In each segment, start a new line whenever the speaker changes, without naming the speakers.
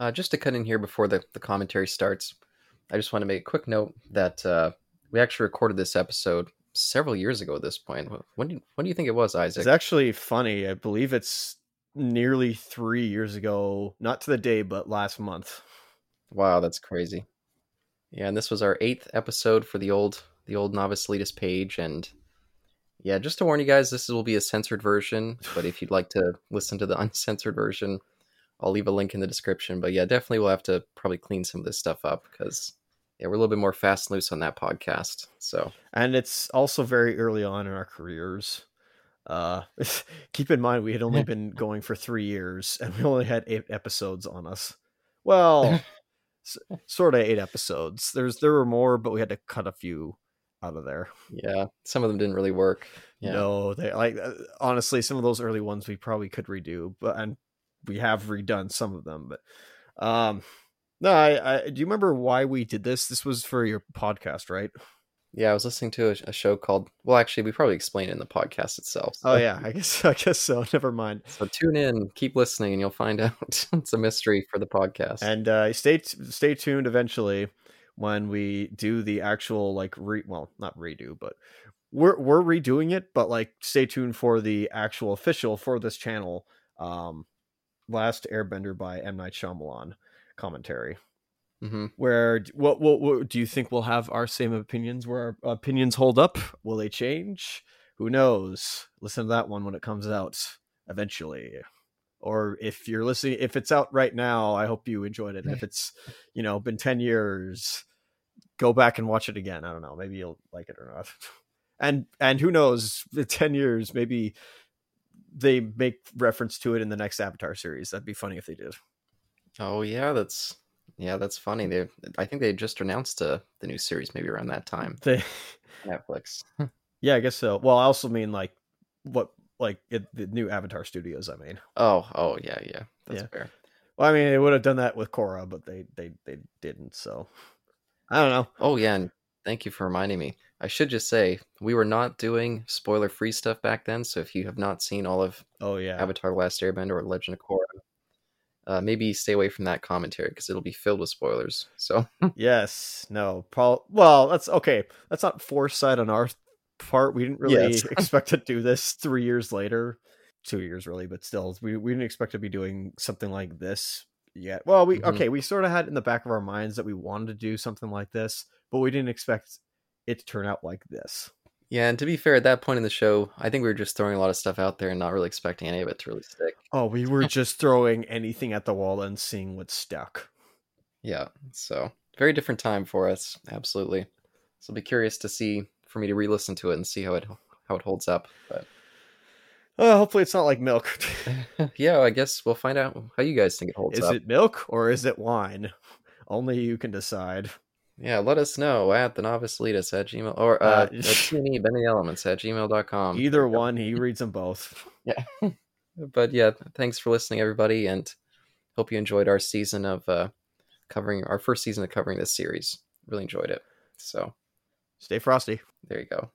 Uh, just to cut in here before the, the commentary starts, I just want to make a quick note that uh, we actually recorded this episode several years ago at this point. When do, when do you think it was, Isaac?
It's actually funny. I believe it's nearly three years ago, not to the day, but last month.
Wow, that's crazy. Yeah, and this was our eighth episode for the old the old novice elitist page, and yeah, just to warn you guys, this will be a censored version. But if you'd like to listen to the uncensored version, I'll leave a link in the description. But yeah, definitely we'll have to probably clean some of this stuff up because yeah, we're a little bit more fast and loose on that podcast. So
And it's also very early on in our careers. Uh, keep in mind, we had only been going for three years and we only had eight episodes on us. Well, s- sort of eight episodes. There's there were more, but we had to cut a few out of there.
yeah, some of them didn't really work. Yeah.
No, they like uh, honestly, some of those early ones we probably could redo, but and we have redone some of them. But um, no, I, I do you remember why we did this? This was for your podcast, right?
Yeah, I was listening to a, a show called. Well, actually, we probably explain it in the podcast itself.
Oh yeah, I guess I guess so. Never mind.
So tune in, keep listening, and you'll find out. it's a mystery for the podcast.
And uh, stay t- stay tuned eventually when we do the actual like re well not redo but we're we're redoing it but like stay tuned for the actual official for this channel um last airbender by M Night Shyamalan commentary
hmm
where d- what what, what do you think we'll have our same opinions where our opinions hold up will they change who knows listen to that one when it comes out eventually or if you're listening if it's out right now i hope you enjoyed it if it's you know been 10 years go back and watch it again i don't know maybe you'll like it or not and and who knows the 10 years maybe they make reference to it in the next avatar series that'd be funny if they did
Oh yeah, that's yeah, that's funny. They, I think they just announced uh, the new series maybe around that time.
they
Netflix.
Yeah, I guess so. Well, I also mean like what like it, the new Avatar Studios. I mean,
Oh, oh yeah, yeah, that's
Yeah.
fair.
well, I mean they would have done that with Korra, but they they they didn't. So I don't know.
Oh yeah, and thank you for reminding me. I should just say we were not doing spoiler-free stuff back then. So if you have not seen all of
Oh yeah,
Avatar: The Last Airbender or Legend of Korra, uh, maybe stay away from that commentary because it'll be filled with spoilers. So
yes, no, Paul. Well, that's okay. That's not foresight on our part. We didn't really
Yes.
expect to do this three years later, two years really, but still, we we didn't expect to be doing something like this yet. Well, we
Mhm.
okay, we sort of had in the back of our minds that we wanted to do something like this, but we didn't expect it to turn out like this.
yeah, and to be fair, at that point in the show, I think we were just throwing a lot of stuff out there and not really expecting any of it to really stick.
Oh, we were just throwing anything at the wall and seeing what stuck.
Yeah, so very different time for us, absolutely. So be curious to see for me to re-listen to it and see how it how it holds up. But
Oh, hopefully it's not like milk.
yeah, I guess we'll find out how you guys think it holds
is
up.
it milk or is it wine? Only you can decide.
Yeah, let us know at the novice lead us at gmail or uh,
Uh,
uh TNE bending elements at gmail.com.
Either one, he reads them both.
But yeah, thanks for listening, everybody, and hope you enjoyed our season of uh covering our first season of covering this series. Really enjoyed it. So
Stay frosty.
there you go.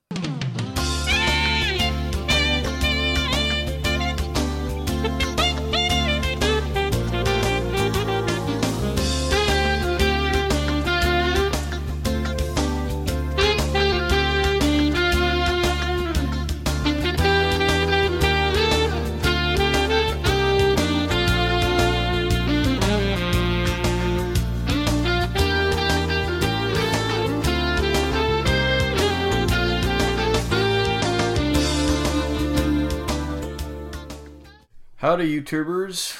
Howdy, YouTubers.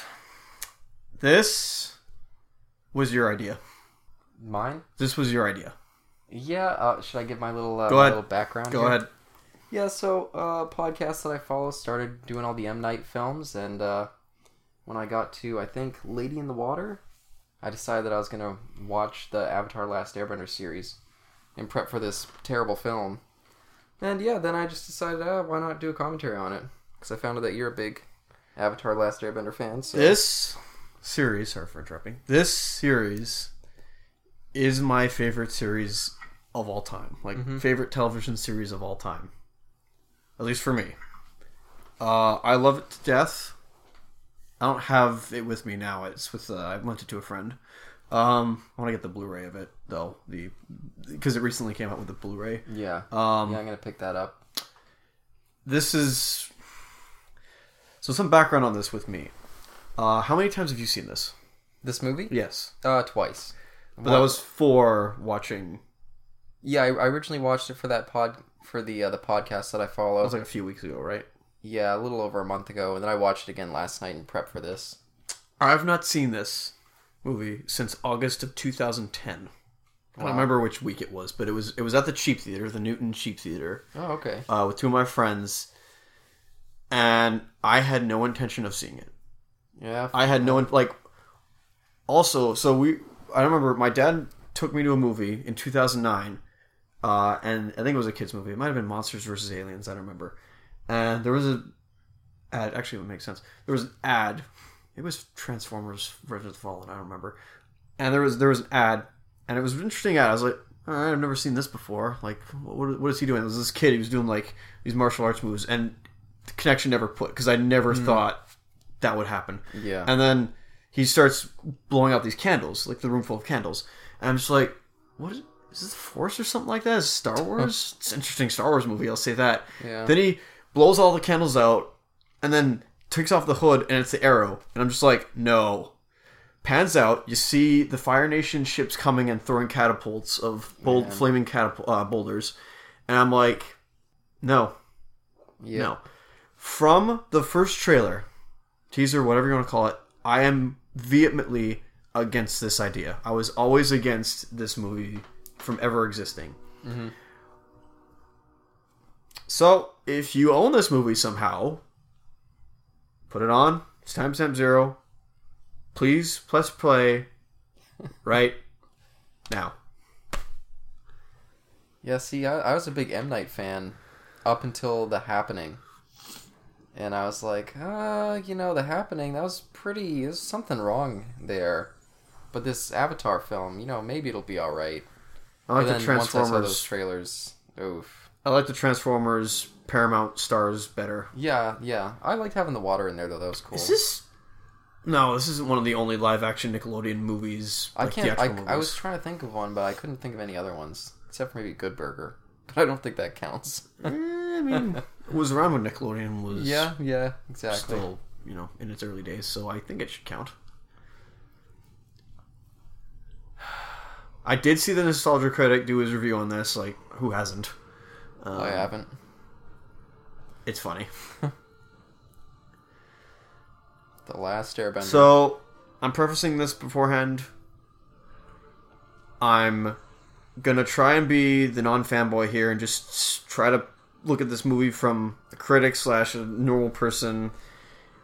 This was your idea.
Mine?
This was your idea.
Yeah, uh, should I give my little uh,
Go
my
ahead.
little background?
Go
here?
ahead.
Yeah, so uh podcast that I follow started doing all the M Night films and uh when I got to I think Lady in the Water, I decided that I was going to watch the Avatar Last Airbender series and prep for this terrible film. And yeah, then I just decided, ah, why not do a commentary on it? Cuz I found out that you're a big Avatar Last Airbender fan. So
This series, sorry for interrupting. This series is my favorite series of all time. Like favorite television series of all time. At least for me. Uh, I love it to death. I don't have it with me now. It's with uh, I lent it to a friend. Um, I want to get the Blu-ray of it though, the because it recently came out with the Blu-ray.
Yeah.
Um,
yeah, I'm gonna pick that up.
this is so some background on this with me. Uh, how many times have you seen this?
This movie?
Yes,
Uh, twice.
but that was for watching.
Yeah, I, I originally watched it for that pod for the uh, the podcast that I follow.
That was like a few weeks ago, right?
yeah, a little over a month ago, and then I watched it again last night in prep for this.
I've not seen this movie since August of 2010. I don't remember which week it was, but it was it was at the cheap theater, the Newton cheap theater,
Oh, okay.
uh, with two of my friends, and I had no intention of seeing it.
Yeah. f-
I had no one like. Also, so we I remember my dad took me to a movie in 2009, uh, and I think it was a kids movie. It might have been Monsters versus Aliens. I don't remember. And there was a ad. Actually, it would make sense. There was an ad. It was Transformers: Rise of the Fallen. I don't remember. And there was there was an ad, and it was an interesting ad. I was like. All right, I've never seen this before. Like, what, what is he doing? It was this kid. He was doing like these martial arts moves, and the connection never put because I never thought that would happen.
yeah.
And then he starts blowing out these candles, like the room full of candles. And I'm just like, what is, is this Force or something like that? Is it Star Wars? it's an interesting Star Wars movie, I'll say that.
Yeah.
Then he blows all the candles out and then takes off the hood and it's the arrow. And I'm just like, no. Pans out, you see the Fire Nation ships coming and throwing catapults of bold, flaming catapult, uh, boulders. And I'm like, no,
yeah.
no. From the first trailer, teaser, whatever you want to call it, I am vehemently against this idea. I was always against this movie from ever existing.
Mhm.
So, if you own this movie somehow, put it on. It's timestamp zero. Please, press play right now.
Yeah. See, I, I was a big M Night fan up until The Happening, and I was like, uh, you know, The Happening that was pretty. There's something wrong there, but this Avatar film, you know, maybe it'll be all right.
I
But
like the
then once I saw
Transformers.
those trailers, oof.
I like the Transformers Paramount stars better.
Yeah, yeah. I liked having the water in there though. That was cool.
Is this? No, this isn't one of the only live-action Nickelodeon movies.
I
like,
can't. I,
theatrical movies.
I was trying to think of one, but I couldn't think of any other ones except for maybe Good Burger. But I don't think that counts.
Eh, I mean, it was around when Nickelodeon was
yeah, yeah, exactly.
still, you know, in its early days, so I think it should count. I did see the nostalgia critic do his review on this. Like, who hasn't? Um,
I haven't.
It's funny.
The Last Airbender.
So, I'm prefacing this beforehand. I'm gonna try and be the non-fanboy here and just s- try to look at this movie from a critic slash a normal person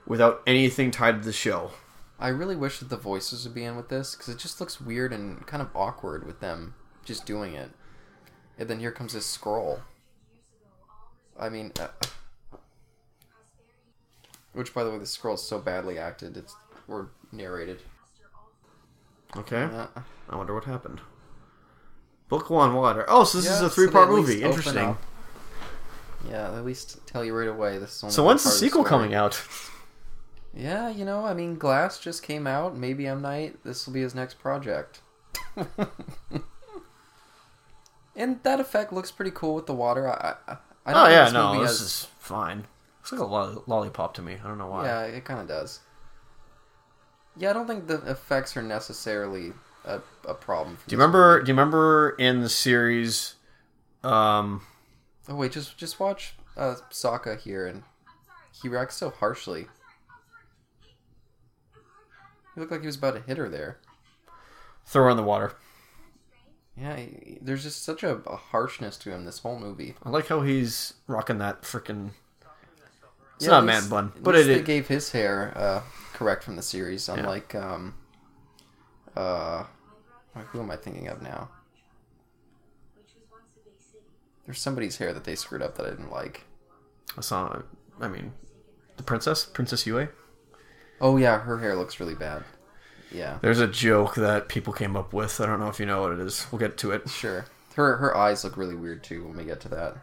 without anything tied to the show.
I really wish that the voices would be in with this because it just looks weird and kind of awkward with them just doing it. And then here comes this scroll. I mean, uh, which by the way, the scroll is so badly acted. It's or narrated.
Okay,
Uh,
I wonder what happened. Book one, water. Oh, so this
Yeah,
is
so
a
they
three-part
at least
movie.
open
Interesting.
up. Yeah, they at least tell you right away this is only
So
one
when's the
part of
sequel
story.
coming out?
Yeah, you know, I mean, Glass just came out. Maybe M Night. This will be his next project. and that effect looks pretty cool with the water. I, I, I don't
Oh
think
yeah,
this
no,
movie
this
has-
is fine. Looks like a lo- lollipop to me. I don't know why.
Yeah, it kind of does. Yeah, I don't think the effects are necessarily a, a problem. For
Do you
this
remember? Do you remember in the series? Um,
movie. Oh wait, just just watch uh, Sokka here, and he reacts so harshly. He looked like he was about to hit her there.
throw her in the water.
Yeah, he- he- there's just such a, a harshness to him this whole movie.
I like how he's rocking that freaking. It's
Yeah,
not
at
a man
least-
bun,
at
but
least
it
they
is.
gave his hair uh, correct from the series, unlike um, uh, who am I thinking of now? There's somebody's hair that they screwed up that I didn't like.
That's not. I mean, the princess, Princess Yue.
Oh yeah, her hair looks really bad. Yeah,
There's a joke that people came up with. I don't know if you know what it is. We'll get to it.
sure. Her her eyes look really weird too when we get to that.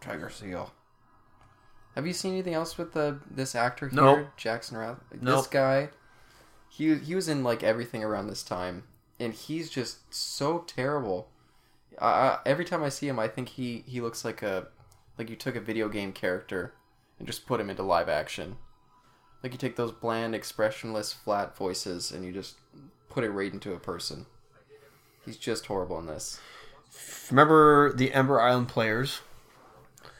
Tiger seal. I Have you seen anything else with the this actor here,
Nope.
Jackson Rath? This
Nope.
guy, he he was in like everything around this time, and he's just so terrible. I, I, every time I see him, I think he he looks like a like you took a video game character and just put him into live action. Like you take those bland, expressionless, flat voices and you just put it right into a person. He's just horrible in this.
Remember the Ember Island players?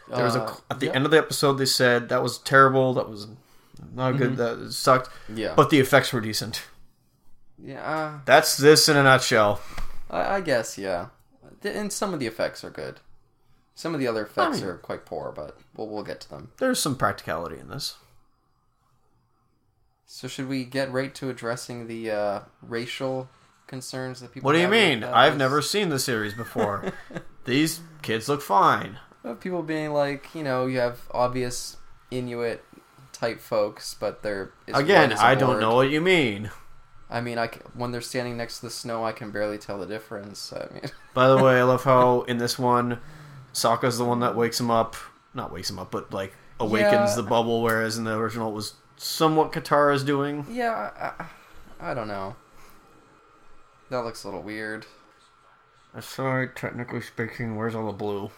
There was a
Uh,
at the
yeah.
end of the episode they said that was terrible, that was not good,
Mm-hmm.
that sucked,
Yeah,
but the effects were decent.
yeah. uh,
That's this in a nutshell.
I, I guess, yeah. Th- And some of the effects are good. Some of the other effects
mean-
are quite poor, but we'll, we'll get to them.
There's some practicality in this.
So should we get right to addressing the uh, racial concerns that people?
What do you
have with,
mean?
uh,
I've
this?
never seen the series before. These kids look fine.
Of people being like, you know, you have obvious Inuit type folks, but they're as
Again,
white as a
I don't
board.
know what you mean.
I mean, I c- when they're standing next to the snow, I can barely tell the difference. I mean,
By the way, I love how in this one, Sokka's the one that wakes him up. Not wakes him up, but like awakens
Yeah.
the bubble, whereas in the original it was somewhat Katara's doing.
yeah, I, I, I don't know. That looks a little weird.
Sorry, technically speaking, where's all the blue?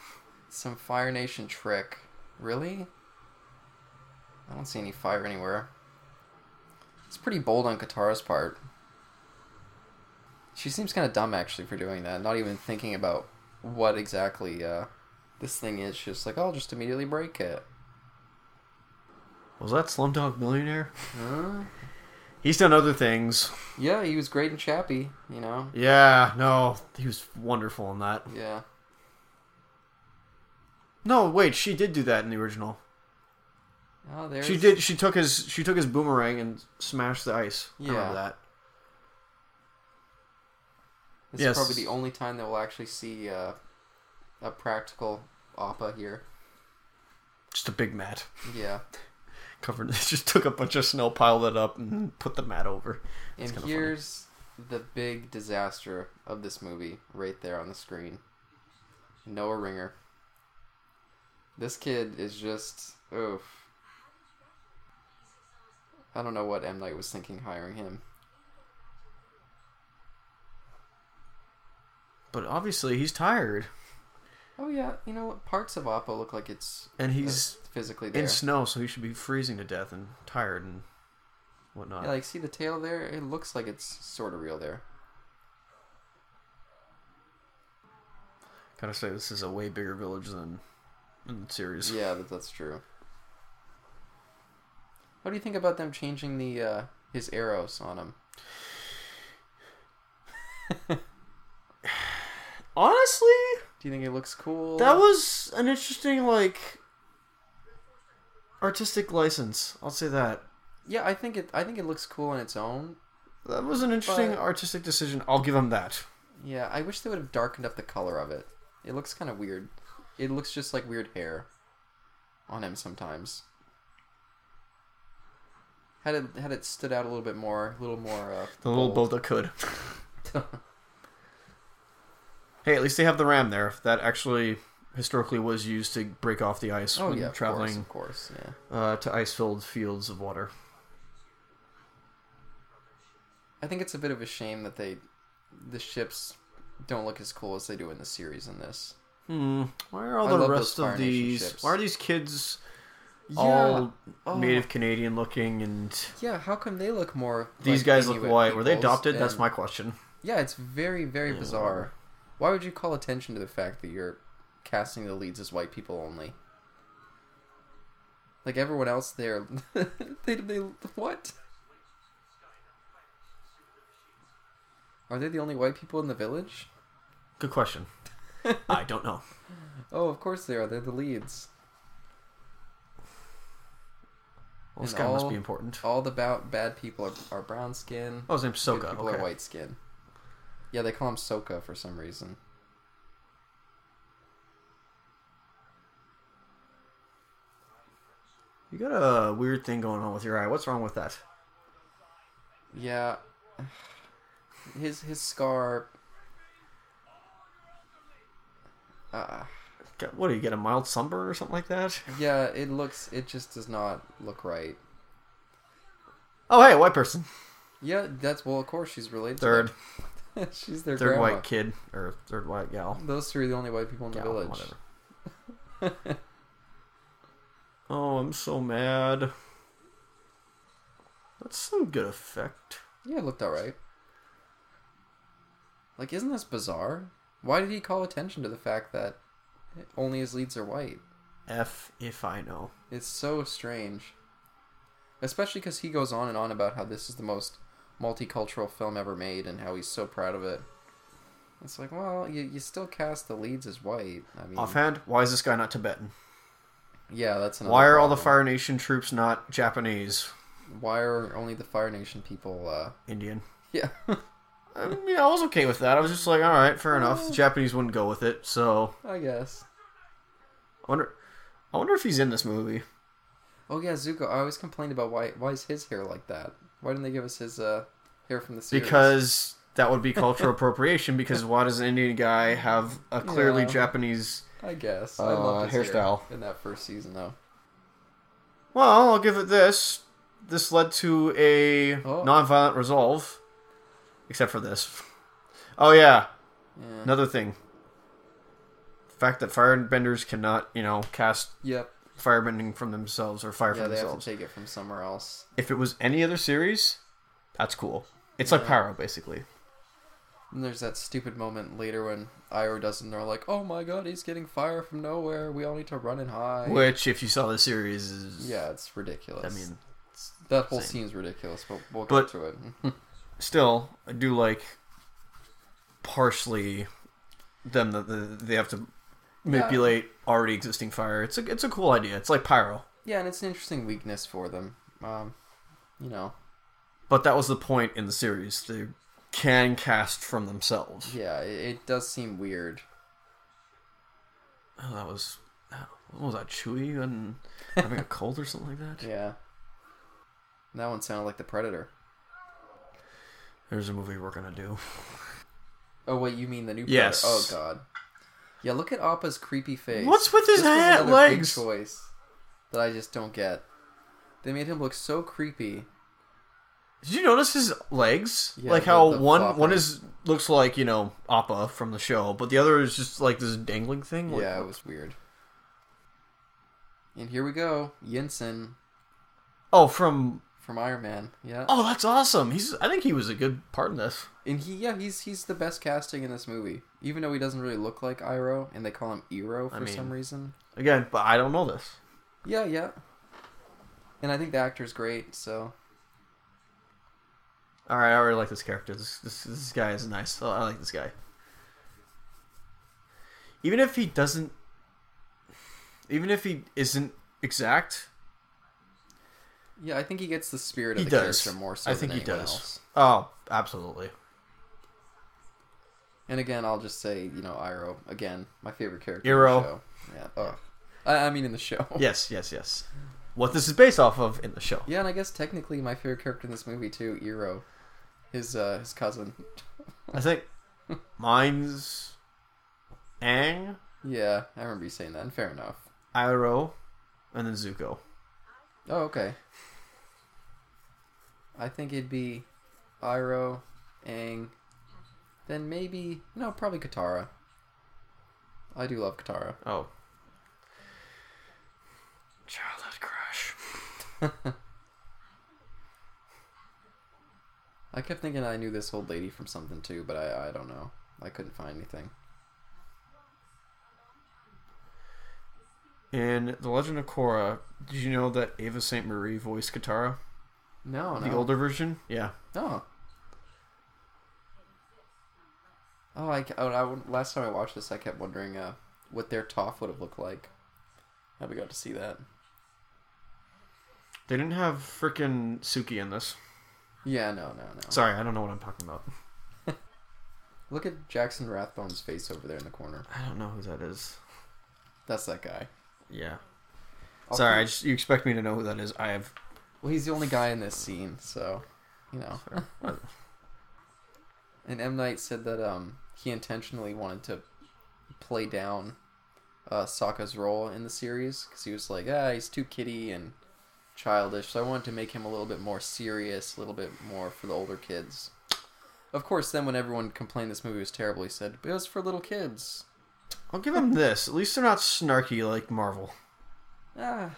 Some Fire Nation trick. Really? I don't see any fire anywhere. It's pretty bold on Katara's part. She seems kind of dumb actually for doing that, not even thinking about what exactly uh, this thing is. She's just like, "Oh, I'll just immediately break it.
Was that Slumdog Millionaire?
Huh?
He's done other things.
Yeah, he was great in Chappie, you know?
Yeah, no, he was wonderful in that.
Yeah.
No, wait, she did do that in the original.
Oh, there's...
She did. She took his. She took his boomerang and smashed the ice. I
Yeah.
remember that.
This
Yes.
is probably the only time that we'll actually see uh, a practical Appa here.
Just a big mat
Yeah.
covered. Just took a bunch of snow, piled it up, and put the mat over.
And
kinda funny.
here's the big disaster of this movie right there on the screen. Noah Ringer. This kid is just oof. I don't know what M Night was thinking hiring him.
But obviously, he's tired,
Oh yeah, you know what? Parts of Oppo look like it's
and
uh,
he's
physically there.
in snow, so he should be freezing to death and tired and whatnot.
Yeah, like see the tail there? It looks like it's sort of real there.
Gotta say, this is a way bigger village than in the series.
Yeah, that, that's true. What do you think about them changing the uh, his arrows on him?
Honestly,
Do you think it looks cool?
That was an interesting, like, artistic license. I'll say that.
Yeah, I think it. I think it looks cool on its own.
That was an interesting
But-
artistic decision. I'll give him that.
Yeah, I wish they would have darkened up the color of it. It looks kind of weird. It looks just like weird hair on him sometimes. Had it had it stood out a little bit more, a little more. Uh,
The little
bold.
boat that could. Hey, at least they have the ram there. That actually historically was used to break off the ice
oh
when
yeah, of course,
traveling
of course, yeah.
uh, to ice-filled fields of water.
I think it's a bit of a shame that they, the ships, don't look as cool as they do in the series in this.
Hmm. Why are all
I
the
love
rest
those
of
Fire Nation
these?
ships.
Why are these kids all
oh.
Native Canadian looking and
Yeah, how come they look more?
these
like
guys look
Inuit
white? Were they
peoples
adopted? That's
and-
my question.
Yeah, it's very, very
Yeah.
bizarre. Why would you call attention to the fact that you're casting the leads as white people only? Like everyone else there, they, they what? Are they the only white people in the village?
Good question. I don't know.
Oh, of course they are. They're the leads.
Well, this
And
guy must
all-
be important.
All the ba- bad people are, are brown skin.
Oh, his name's
good
Soka.
people
Okay.
are white skin. Yeah, they call him Soka for some reason.
You got a weird thing going on with your eye. What's wrong with that?
Yeah. His his scar. Uh,
Got- What do you get? A mild sunburn or something like that?
Yeah, it looks. It just does not look right.
Oh, hey, a white person.
Yeah, that's well. Of course, she's related.
Third,
to them. she's their
third
grandma.
white kid or third white gal.
Those three are the only white people in the
Yeah,
village.
whatever. oh, I'm so mad. That's some good effect.
Yeah, it looked alright. Like, isn't this bizarre? Why did he call attention to the fact that only his leads are white?
F if I know.
It's so strange. Especially because he goes on and on about how this is the most multicultural film ever made and how he's so proud of it. It's like, well, you, you still cast the leads as white. I mean,
Offhand, why is this guy not Tibetan?
yeah, that's another
Why are all the
problem.
Fire Nation troops not Japanese,
Why are only the Fire Nation people? uh
Indian?
Yeah,
I mean, I was okay with that. I was just like, all right, fair enough. The Japanese wouldn't go with it, so
I guess.
I wonder. I wonder if he's in this movie.
Oh yeah, Zuko. I always complained about why why is his hair like that? Why didn't they give us his uh hair from the series?
because that would be cultural appropriation. Because why does an Indian guy have a clearly
Yeah.
Japanese?
I guess I
Uh,
loved his hair
hairstyle.
in that first season though.
Well, I'll give it this. This led to a
Oh.
non-violent resolve, except for this. Oh yeah,
Yeah.
another thing. The fact that firebenders cannot, you know, cast
Yep.
firebending from themselves or fire
Yeah,
from
they have to
themselves.
take it from somewhere else.
If it was any other series, that's cool. It's like
Yeah.
Pyro, basically.
And there's that stupid moment later when Iroh does it and they're like, Oh my god, he's getting fire from nowhere, we all need to run and hide.
Which, if you saw the series, is
Yeah, it's ridiculous.
I mean,
that whole
same.
scene's ridiculous, but we'll
But-
get to it.
still, I do like partially them that the, they have to manipulate already existing fire. It's a it's a cool idea. It's like Pyro,
yeah, and it's an interesting weakness for them. Um, you know,
but that was the point in the series. They can cast from themselves.
yeah, it, it does seem weird.
Oh, that was what was that Chewy and having a cold or something like that.
Yeah. That one sounded like the Predator.
There's a movie we're gonna do.
Oh wait, you mean the new
Yes.
Predator? Oh god. Yeah, look at Appa's creepy face.
What's with his
This was
hat,
another big
legs?
choice that I just don't get. They made him look so creepy.
Did you notice his legs?
Yeah,
like
the-
how
the
one
flopping.
one is looks like you know Appa from the show, but the other is just like this dangling thing. Like,
Yeah, it was weird. And here we go, Yinsen
Oh, from
from Iron Man. Yeah,
oh, that's awesome. He's I think he was a good part in this.
and he yeah he's he's the best casting in this movie, even though he doesn't really look like Iroh, and they call him Iro for
I mean-
some reason.
Again, but I don't know this.
Yeah, yeah. And I think the actor's great, so
All right, I already like this character. This this, this guy is nice. Oh, I I like this guy. Even if he doesn't, even if he isn't exact,
yeah, I think he gets the spirit of
he
the
does.
character more so
I think
than
he
anyone
does.
else.
Oh, absolutely.
And again, I'll just say, you know, Iroh. Again, my favorite character.
Iroh.
In the show. Yeah. Oh. I, I mean, in the show.
Yes, yes, yes. What this is based off of in the show.
Yeah, and I guess technically my favorite character in this movie too, Iroh, his uh, his cousin.
I think mine's Ang,
yeah, I remember you saying that. And fair enough.
Iroh, and then Zuko.
Oh, okay. I think it'd be Iroh, Aang, then maybe no, probably Katara. I do love Katara.
Oh. Childhood crush.
I kept thinking I knew this old lady from something too, but I I don't know. I couldn't find anything.
In The Legend of Korra, did you know that Ava St. Marie voiced Katara?
No, no.
The older version? Yeah.
Oh. Oh, I, ca- oh, I- last time I watched this, I kept wondering uh, what their Toph would have looked like. How we got to see that?
They didn't have freaking Suki in this.
Yeah, no, no, no.
Sorry, I don't know what I'm talking about.
Look at Jackson Rathbone's face over there in the corner.
I don't know who that is.
That's that guy.
Yeah.
I'll
Sorry, I
keep-
just, you expect me to know who that is. I have.
Well, he's the only guy in this scene, so you know. And M Night said that um he intentionally wanted to play down uh, Sokka's role in the series because he was like, ah, he's too kiddy and childish. So I wanted to make him a little bit more serious, a little bit more for the older kids. Of course, then when everyone complained this movie was terrible, he said, but it was for little kids.
I'll give them this. At least they're not snarky like Marvel.
Ah,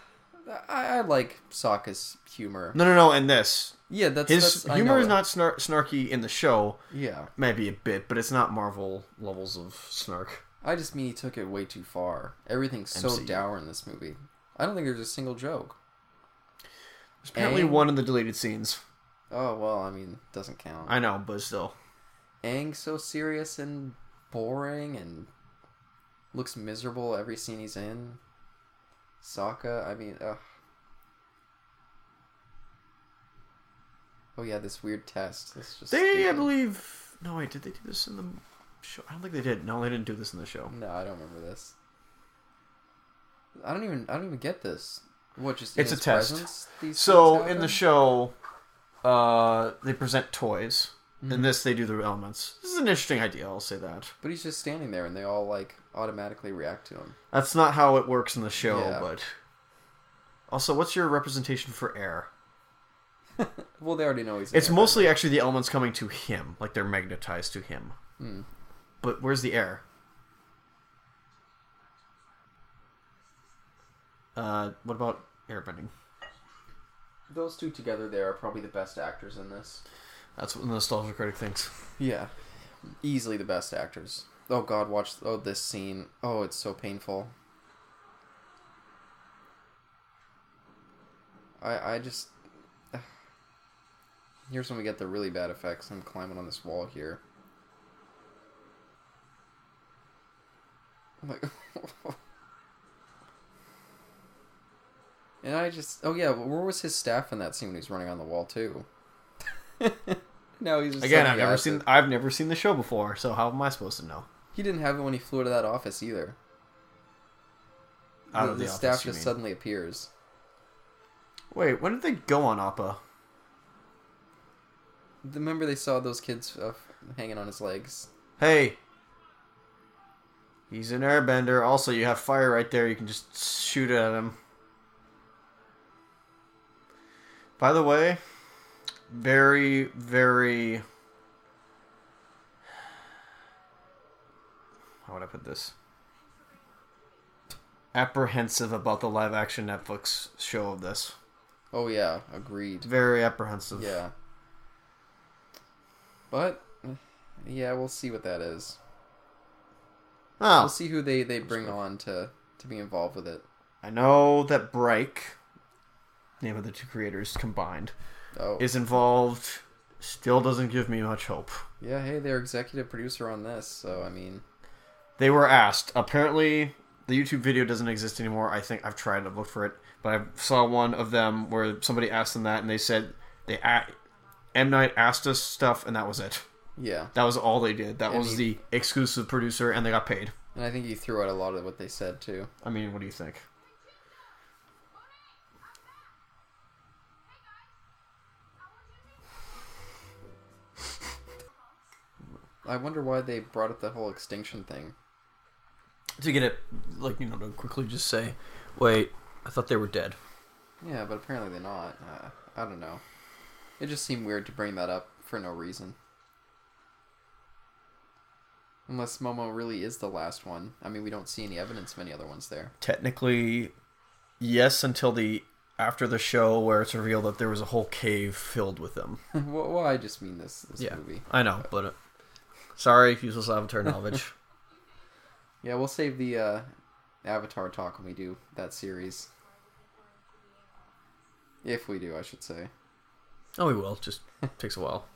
I, I like Sokka's humor.
No, no, no. And this,
Yeah, that's
his
that's, I
humor
know
is
it.
not snar- snarky in the show.
Yeah,
Maybe a bit, but it's not Marvel levels of snark.
I just mean he took it way too far. Everything's so
MCU.
dour in this movie. I don't think there's a single joke.
There's apparently
And-
one in the deleted scenes.
Oh well, I mean, doesn't count.
I know, but still.
Aang's so serious and boring and looks miserable every scene he's in. Sokka, I mean, ugh. Oh yeah, this weird test. This is just
They, I
stupid.
believe. No, wait, did they do this in the show? I don't think they did. No, they didn't do this in the show.
No, I don't remember this. I don't even. I don't even get this. What? Just in
It's a
his
test.
presence, these
So
things
in the
happen?
show, uh, they present toys. In this, they do the elements. This is an interesting idea. I'll say that.
But he's just standing there, and they all like automatically react to him.
That's not how it works in the show,
Yeah.
but. Also, what's your representation for air?
Well, they already know he's.
It's
there,
mostly actually the elements coming to him, like they're magnetized to him. But where's the air? Uh, what about airbending?
but Those two together, there are probably the best actors in this.
That's what the nostalgia critic thinks.
Yeah, easily the best actors. Oh God, watch oh this scene. Oh, it's so painful. I I just here's when we get the really bad effects. I'm climbing on this wall here. I'm like. And I just, oh yeah, where was his staff in that scene when he's running on the wall too? no, he's just
Again,
some
I've never
guy
seen
that-
I've never seen the show before, so how am I supposed to know?
He didn't have it when he flew to that office either.
Out of the,
staff
office, you
just
mean.
suddenly appears.
Wait, when did they go on Appa?
Remember they saw those kids uh, hanging on his legs.
Hey, he's an airbender. Also, you have fire right there. You can just shoot at him. By the way, very, very. How would I put this? Apprehensive about the live action Netflix show of this.
Oh yeah, agreed.
Very apprehensive.
Yeah. But yeah, we'll see what that is. We'll
Oh,
see who they they bring on to to be involved with it.
I know that Brike, name of the two creators combined,
Oh
is involved still doesn't give me much hope.
yeah, hey, they're executive producer on this, so I mean,
They were asked. Apparently, the YouTube video doesn't exist anymore. I think I've tried. I've looked for it, but I saw one of them where somebody asked them that, and they said they a- M Night asked us stuff, and that was it.
yeah.
That was all they did. That was
he-
the exclusive producer, and they got paid.
And I think he threw out a lot of what they said too.
I mean, what do you think?
I wonder why they brought up the whole extinction thing.
To get it, like you know, to quickly just say, wait, I thought they were dead.
Yeah, but apparently they're not. Uh, I don't know. It just seemed weird to bring that up for no reason. Unless Momo really is the last one. I mean, we don't see any evidence of any other ones there.
technically yes until the after the show where it's revealed that there was a whole cave filled with them
well, well, I just mean this this
yeah
movie.
i know but uh, sorry useless avatar knowledge
Yeah, we'll save the uh, Avatar talk when we do that series. If we do, I should say.
oh we will just takes a while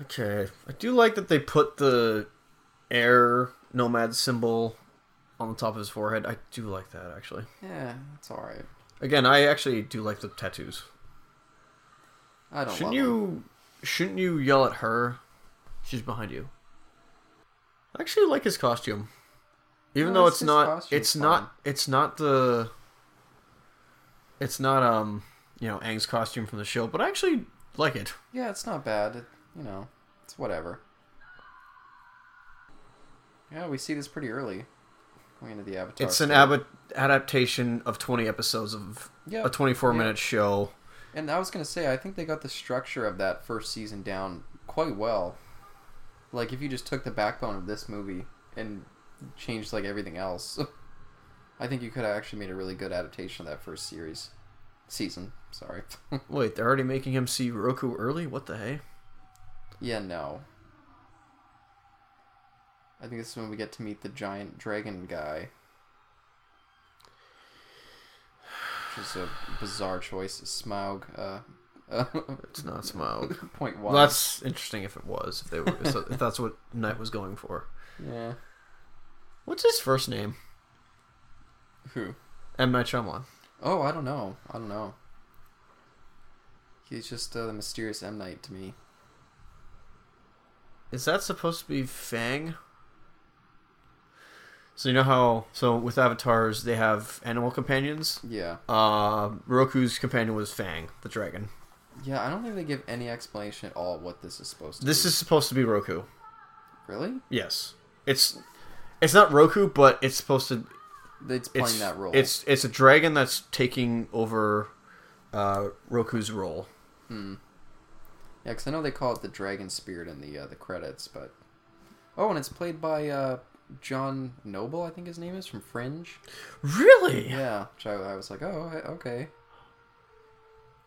okay i do like that they put the air nomad symbol on the top of his forehead i do like that actually
Yeah, it's all right.
again i actually do like the tattoos
I don't.
Shouldn't
love 'em.
you shouldn't you yell at her? She's behind you. I actually like his costume. Even
No,
though
it's-
it's
his
not
costume's
it's
fine.
not it's not the it's not um you know Aang's costume from the show, but I actually like it.
Yeah, it's not bad. It, you know, it's whatever. Yeah, we see this pretty early. Going into the Avatar.
It's an
story.
ab- adaptation of 20 episodes of
Yeah,
a 24
Yeah.
minute show.
and I was gonna say I think they got the structure of that first season down quite well. Like if you just took the backbone of this movie and changed like everything else, I think you could have actually made a really good adaptation of that first series season. Sorry.
Wait, they're already making him see Roku early? What the hey?
yeah, no. I think this is when we get to meet the giant dragon guy. Which is a bizarre choice. Smaug, uh, uh
It's not Smaug.
point one.
Well, that's interesting if it was, if they were, if that's what Knight was going for.
yeah.
What's his first name?
Who?
M Night Shyamalan.
Oh, I don't know. I don't know. He's just uh, the mysterious M Night to me.
Is that supposed to be Fang? So you know how so with avatars they have animal companions.
Yeah.
Uh, Roku's companion was Fang, the dragon.
Yeah, I don't think they give any explanation at all what this is supposed to
This
be.
is supposed to be Roku.
Really?
Yes, it's it's not Roku, but it's supposed to.
It's playing
It's
that role.
It's it's a dragon that's taking over uh, Roku's role.
Yeah, 'cause I know they call it the Dragon Spirit in the uh, the credits, but oh, and it's played by uh, John Noble, I think his name is from Fringe.
Really?
Yeah, which I, I was like, oh, I- okay.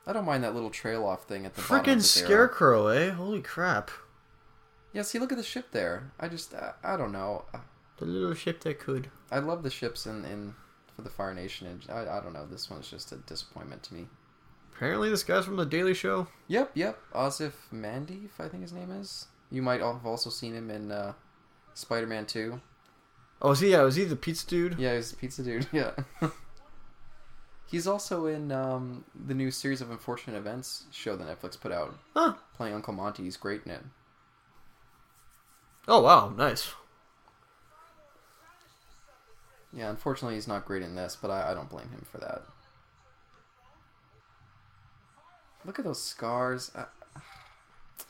I don't mind that little trail off thing at the bottom of
Freaking
this arrow.
scarecrow, eh? Holy crap!
Yeah, see, look at the ship there. I just, I, I don't know.
The little ship that could.
I love the ships in in for the Fire Nation, and I, I don't know. This one's just a disappointment to me.
Apparently, this guy's from the Daily Show.
Yep, yep. Asif Mandeef, I think his name is. You might al- have also seen him in uh, Spider-Man Two.
Oh, is he? Yeah, is he the pizza dude?
Yeah, he's a pizza dude. Yeah. he's also in um, the new series of unfortunate events show that Netflix put out,
Huh.
playing Uncle Monty. He's great in it.
Oh wow, nice.
Yeah, unfortunately, he's not great in this, but I, I don't blame him for that. Look at those scars. I,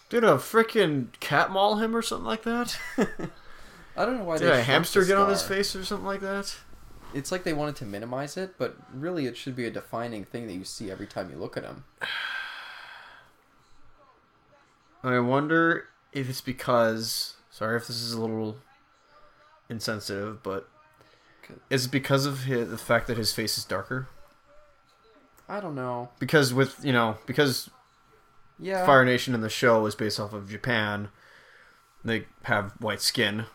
Did a freaking cat maul him or something like that?
I don't know why
Did
they
a
shrunk
hamster
the
get on his
scar.
face or something like that?
It's like they wanted to minimize it, but really, it should be a defining thing that you see every time you look at him.
I wonder if it's because. Sorry if this is a little insensitive, but
Good.
is it because of his, the fact that his face is darker?
I don't know.
Because with you know, because
Yeah.
Fire Nation in the show is based off of Japan, they have white skin.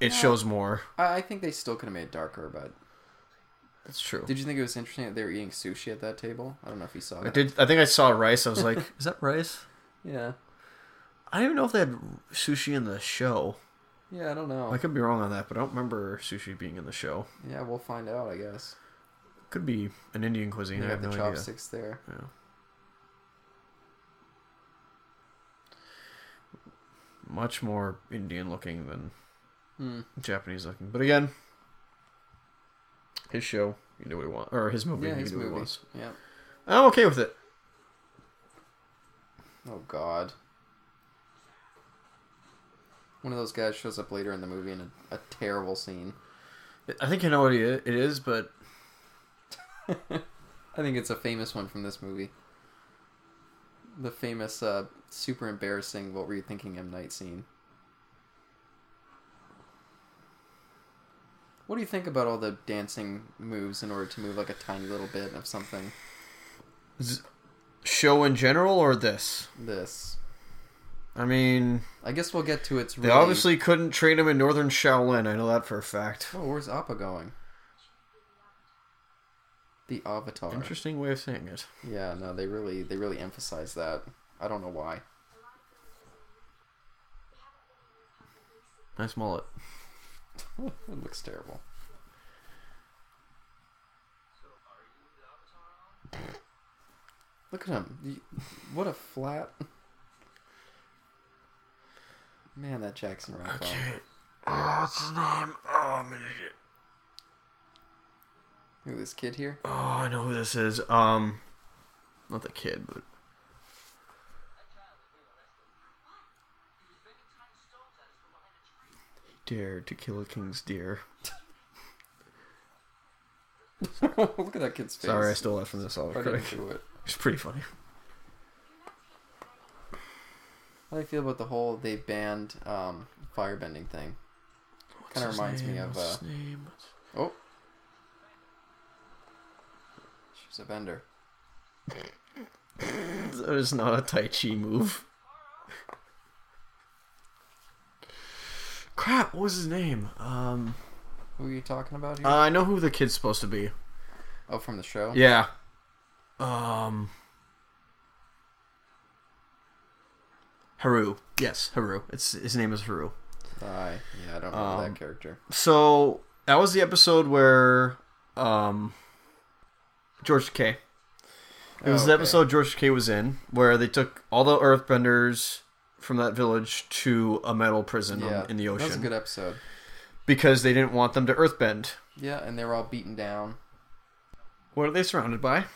It
Yeah.
shows more.
I, I think they still could have made it darker, but
That's true.
Did you think it was interesting that they were eating sushi at that table? I don't know if you saw
I
that.
did. I think I saw rice. I was like, "Is that rice?"
Yeah.
I don't even know if they had sushi in the show.
Yeah, I don't know.
I could be wrong on that, but I don't remember sushi being in the show.
yeah, we'll find out, I guess.
Could be an Indian cuisine.
You
I
got
have
the
no idea.
chopsticks there.
Yeah. Much more Indian looking than
Hmm.
Japanese looking. But again, his show, you know what he wants. Or his movie,
Yeah,
you
his
know what he
movie.
wants.
Yeah.
I'm okay with it.
Oh God. One of those guys shows up later in the movie in a, a terrible scene.
I think I know what he i- it is, but
I think it's a famous one from this movie. The famous, uh, super embarrassing "What were you thinking, M Night" scene. What do you think about all the dancing moves in order to move like a tiny little bit of something?
z- show in general or this?
This,
I mean,
I guess, we'll get to its.
they obviously couldn't train him in northern Shaolin. I know that for a fact.
Oh, where's Appa going? The Avatar.
Interesting way of saying it.
Yeah, no, they really they really emphasize that. I don't know why.
Nice mullet.
It looks terrible. Look at him. You- What a flat. Man, that Jackson Rockwell.
Oh, what's his name? Oh, I'm an idiot.
Look at this kid here.
Oh, I know who this is. Um, not the kid, but dared to kill a king's deer.
Look at that kid's face.
Sorry, I stole that from this all
I
Craig.
didn't do it.
It's pretty funny.
How do you feel about the whole they banned um, firebending thing? Kinda his reminds me name? of, What's Oh, she's a bender. uh,
That is not a Tai Chi move. Crap, what was his name? Um,
Who are you talking about here?
uh, I know who the kid's supposed to be.
oh, from the show.
Yeah. Um. Haru. Yes, Haru. It's his name is Haru.
I- yeah, I don't know
Um,
that character.
So that was the episode where um George K. It was the
Okay.
episode George K was in where they took all the earthbenders from that village to a metal prison on-
Yeah,
in the
That was a
ocean
good episode.
because they didn't want them to earthbend.
Yeah, and they were all beaten down.
What are they surrounded by?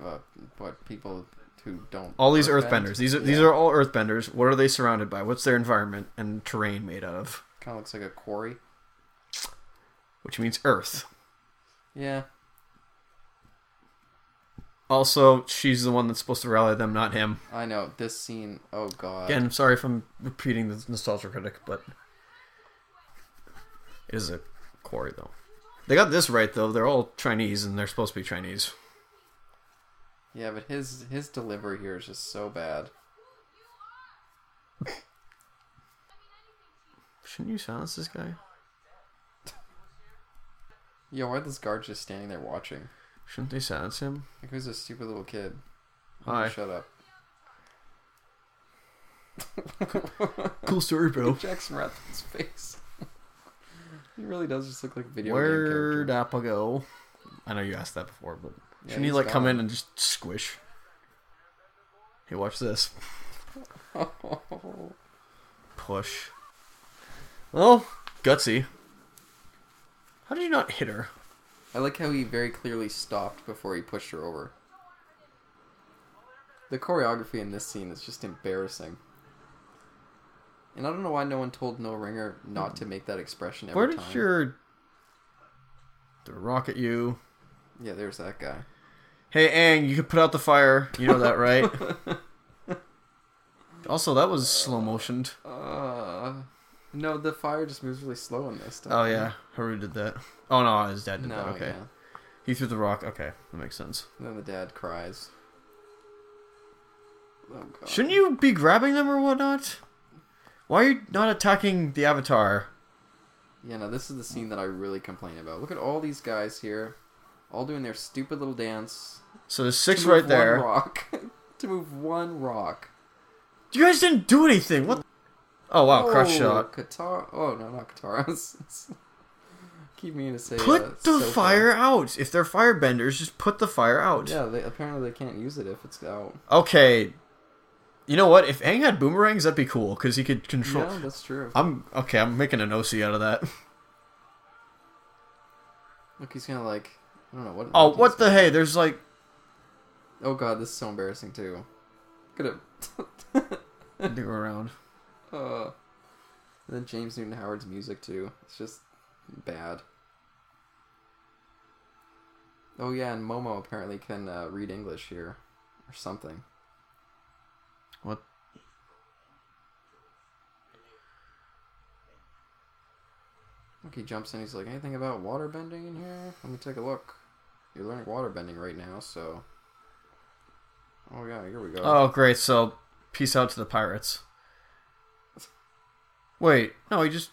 Uh, what people who don't
All these
earthbend.
earthbenders. These are these
Yeah.
are all earthbenders. What are they surrounded by? What's their environment and terrain made out of?
Kind of looks like a quarry.
Which means earth.
Yeah,
Also, she's the one that's supposed to rally them, not him.
I know this scene. Oh god.
Again, I'm sorry if I'm repeating the nostalgia critic, but it is a quarry though. They got this right though. They're all Chinese and they're supposed to be Chinese.
Yeah, but his his delivery here is just so bad.
Shouldn't you silence this guy?
Yeah, why this guard just standing there watching?
Shouldn't they silence him?
Like who's this stupid little kid?
Hi.
Shut up.
Cool story, bro.
Jackson Rathman's face. he really does just look like a video game character.
Where'd Apple go? I know you asked that before, but
Yeah,
shouldn't he
he's
like come
gone.
in and just squish? Hey, watch this. Push. Well, gutsy. How did you not hit her?
I like how he very clearly stopped before he pushed her over. The choreography in this scene is just embarrassing. And I don't know why no one told No Ringer not to make that expression every
Where did
time.
Hmm. your the rock at you?
Yeah, there's that guy.
Hey, Ang, you could put out the fire. You know that, right? also, that was slow motioned.
Uh, no, the fire just moves really slow in this.
Oh
doesn't
yeah, Haru did that. Oh no, his dad
it?
did
No,
that. Okay,
yeah.
he threw the rock. Okay, that makes sense.
And then the dad cries. Oh, God.
Shouldn't you be grabbing them or whatnot? Why are you not attacking the avatar?
Yeah, no, this is the scene that I really complain about. Look at all these guys here, all doing their stupid little dance.
So there's
to
six
move
right
one
there.
Rock to move one rock.
You guys didn't do anything. What? Oh wow, crush
Oh,
shot.
Katara. Oh no, not Katara. I was- it's- Keep meaning to say.
Put
uh,
the
Sokka.
fire out. If they're firebenders, just put the fire out.
Yeah, they, apparently they can't use it if it's out.
Okay. You know what? If Aang had boomerangs, that'd be cool because he could control.
Yeah, that's true.
I'm okay. I'm making an OC out of that.
Look, he's gonna like. I don't know what.
Oh,
rock he's
what the
gonna-
hey? There's like
Oh god, this is so embarrassing too. Look at it.
go around.
uh, and then James Newton Howard's music too. It's just bad. Oh yeah, and Momo apparently can uh, read English here, or something.
What?
Look, he jumps in. He's like, anything about water bending in here? Let me take a look. You're learning water bending right now, so. Oh yeah, here we go.
Oh, great. So, peace out to the pirates. Wait, no, he just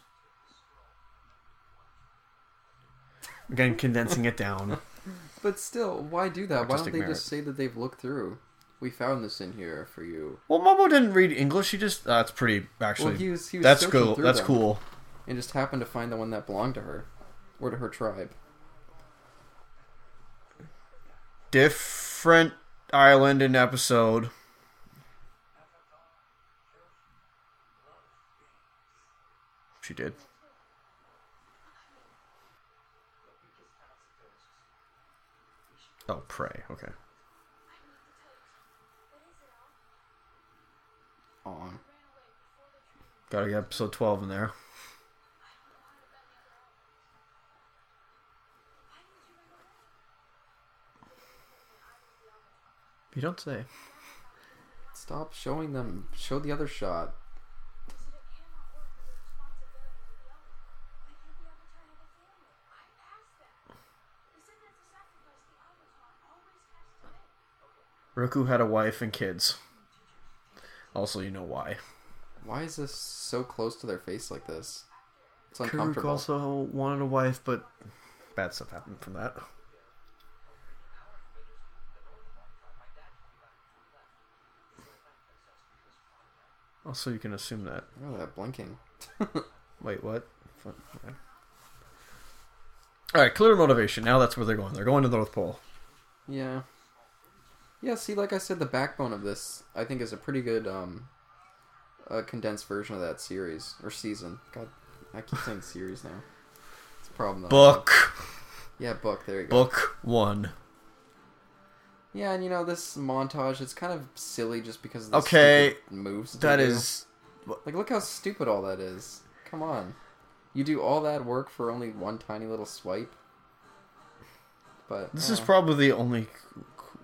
again condensing it down.
But still, why do that? Why don't
Artistic
they
merit.
just say that they've looked through? We found this in here for you.
Well, Momo didn't read English. He just that's pretty actually.
well, he was, he was
that's
searching
cool.
through
That's
them
cool.
And just happened to find the one that belonged to her, or to her tribe.
Different island and episode. She did. Oh, pray. Okay.
On.
Gotta get episode 12 in there. You don't say.
Stop showing them. Show the other shot.
Roku had a wife and kids. Also, you know why.
Why is this so close to their face like this? It's
Karuk
uncomfortable.
also wanted a wife, but bad stuff happened from that. Also, you can assume that.
Oh, that blinking.
Wait, what? Fun- okay. All right, clear motivation. Now that's where they're going. They're going to the North Pole.
yeah. Yeah, see, like I said, the backbone of this, I think, is a pretty good um, uh, condensed version of that series or season. God, I keep saying series now. It's a problem. that I have.
Book,
Oh, Yeah, book. There you go.
book one.
Yeah, and you know this montage, it's kind of silly just because of the
Okay,
stupid moves. they
That
do.
is
like, look how stupid all that is. Come on, you do all that work for only one tiny little swipe. But
this
eh.
is probably the only.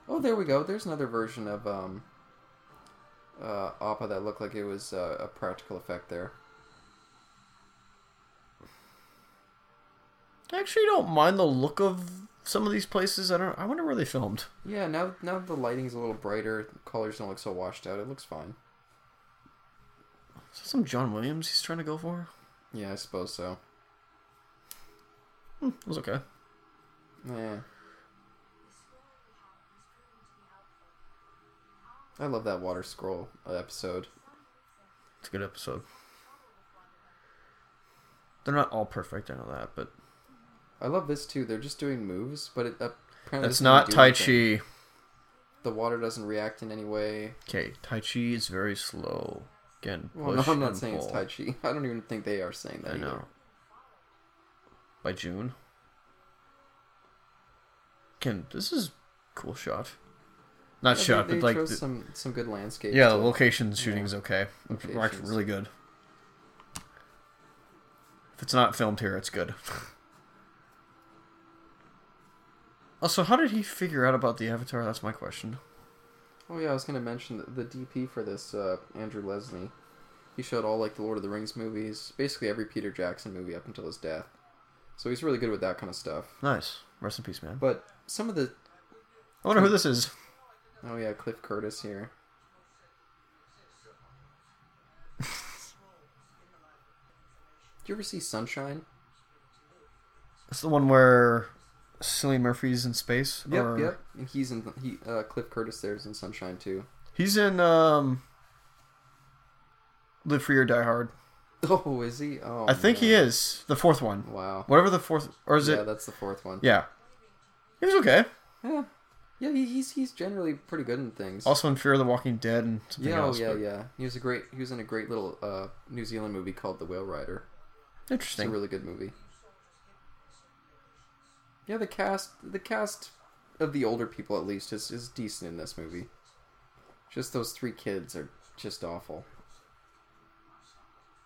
oh, there we go. There's another version of um, uh, Appa that looked like it was uh, a practical effect there.
I actually don't mind the look of some of these places. I don't. I wonder where they filmed.
Yeah, now now that the lighting's a little brighter, colors don't look so washed out. It looks fine.
Is that some John Williams he's trying to go for?
Yeah, I suppose so.
Hmm, it was okay.
Yeah. I love that water scroll uh, episode.
It's a good episode. They're not all perfect. I know that, but
I love this too. They're just doing moves, but it uh, apparently
that's
doesn't
not
do
Tai
anything.
Chi.
The water doesn't react in any way.
Okay, Tai Chi is very slow. Again, push
Well, no, I'm not
and
saying
pull.
it's Tai Chi. I don't even think they are saying that.
I know.
Either.
By June. Can this is cool shot. Not
Yeah,
shot,
they,
but
they
like
chose
the-
some some good landscapes.
yeah, the
to-
location shooting's okay. It's
Locations.
actually really good. If it's not filmed here, it's good. also, how did he figure out about the avatar? That's my question.
Oh yeah, I was gonna mention the, the DP for this uh, Andrew Leslie. He showed all like the Lord of the Rings movies, basically every Peter Jackson movie up until his death. So he's really good with that kind of stuff.
Nice. Rest in peace, man.
But some of the
I wonder who this is.
oh yeah, Cliff Curtis here. Did you ever see Sunshine?
It's the one where Cillian Murphy's in space. or-
And he's in he uh, Cliff Curtis there's in Sunshine too.
He's in um Live Free or Die Hard.
Oh, is he? Oh,
I think he
man.
is. The fourth one.
Wow.
Whatever the fourth or is
yeah,
it
that's the fourth one.
Yeah. He was okay.
Yeah, yeah. He, he's he's generally pretty good in things.
Also in Fear of the Walking Dead and something
yeah, oh,
else.
yeah,
but-
yeah. He was a great. He was in a great little uh, New Zealand movie called The Whale Rider. It's a
Interesting.
really good movie. Yeah, the cast, the cast of the older people at least is is decent in this movie. Just those three kids are just awful.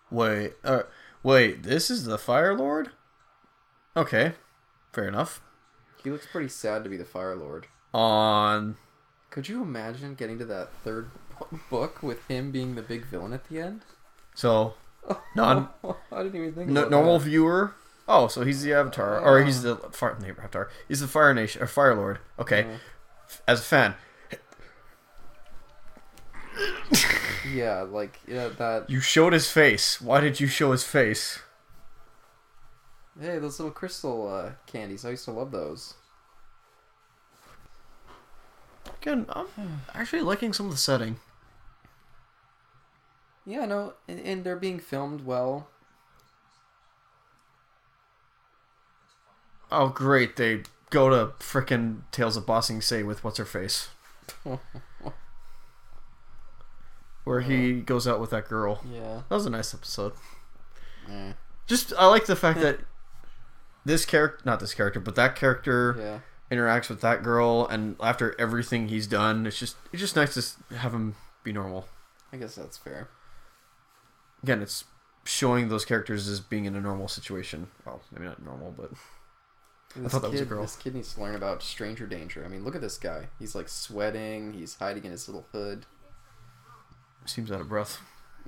Wait, uh, wait, this is the Fire Lord? Okay. Fair enough.
He looks pretty sad to be the Fire Lord.
On
Could you imagine getting to that third bu- book with him being the big villain at the end?
so non
I didn't even think.
no,
about
normal
that.
viewer. Oh, so he's the Avatar, or he's the Fire not Avatar. He's the Fire Nation or Fire Lord. Okay,
Yeah.
as a fan,
Yeah, like yeah, that.
You showed his face. Why did you show his face?
Hey, those little crystal uh, candies. I used to love those.
Again, I'm actually liking some of the setting.
Yeah, no, and, and they're being filmed well.
Oh, great. They go to frickin' Tales of Bossing Say with What's Her Face. Where
Oh.
he goes out with that girl.
Yeah.
That was a nice episode.
Eh,
Just, I like the fact that this character, not this character, but that character
yeah.
interacts with that girl, and after everything he's done, it's just, it's just nice to s- have him be normal.
I guess that's fair.
Again, it's showing those characters as being in a normal situation. Well, maybe not normal, but
This
thought that
kid,
was a girl.
This kid needs to learn about stranger danger. I mean, look at this guy. He's like sweating. He's hiding in his little hood.
Seems out of breath.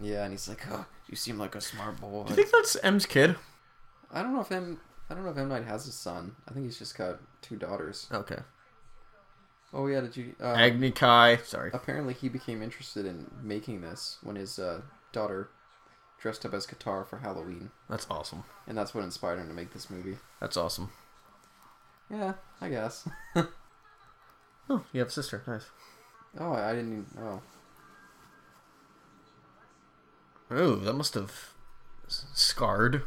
Yeah, and he's like, "Oh, you seem like a smart boy."
Do you think that's M's kid?
I don't know if M. I don't know if M Knight has a son. I think he's just got two daughters.
Okay.
Oh yeah, did you? Uh,
Agni Kai. Sorry.
apparently, he became interested in making this when his uh, daughter dressed up as Qatar for Halloween,
That's awesome.
and that's what inspired him to make this movie.
That's awesome.
Yeah, I guess.
Oh, you have a sister. Nice.
oh, I didn't. Even, oh,
Oh, that must have s- scarred.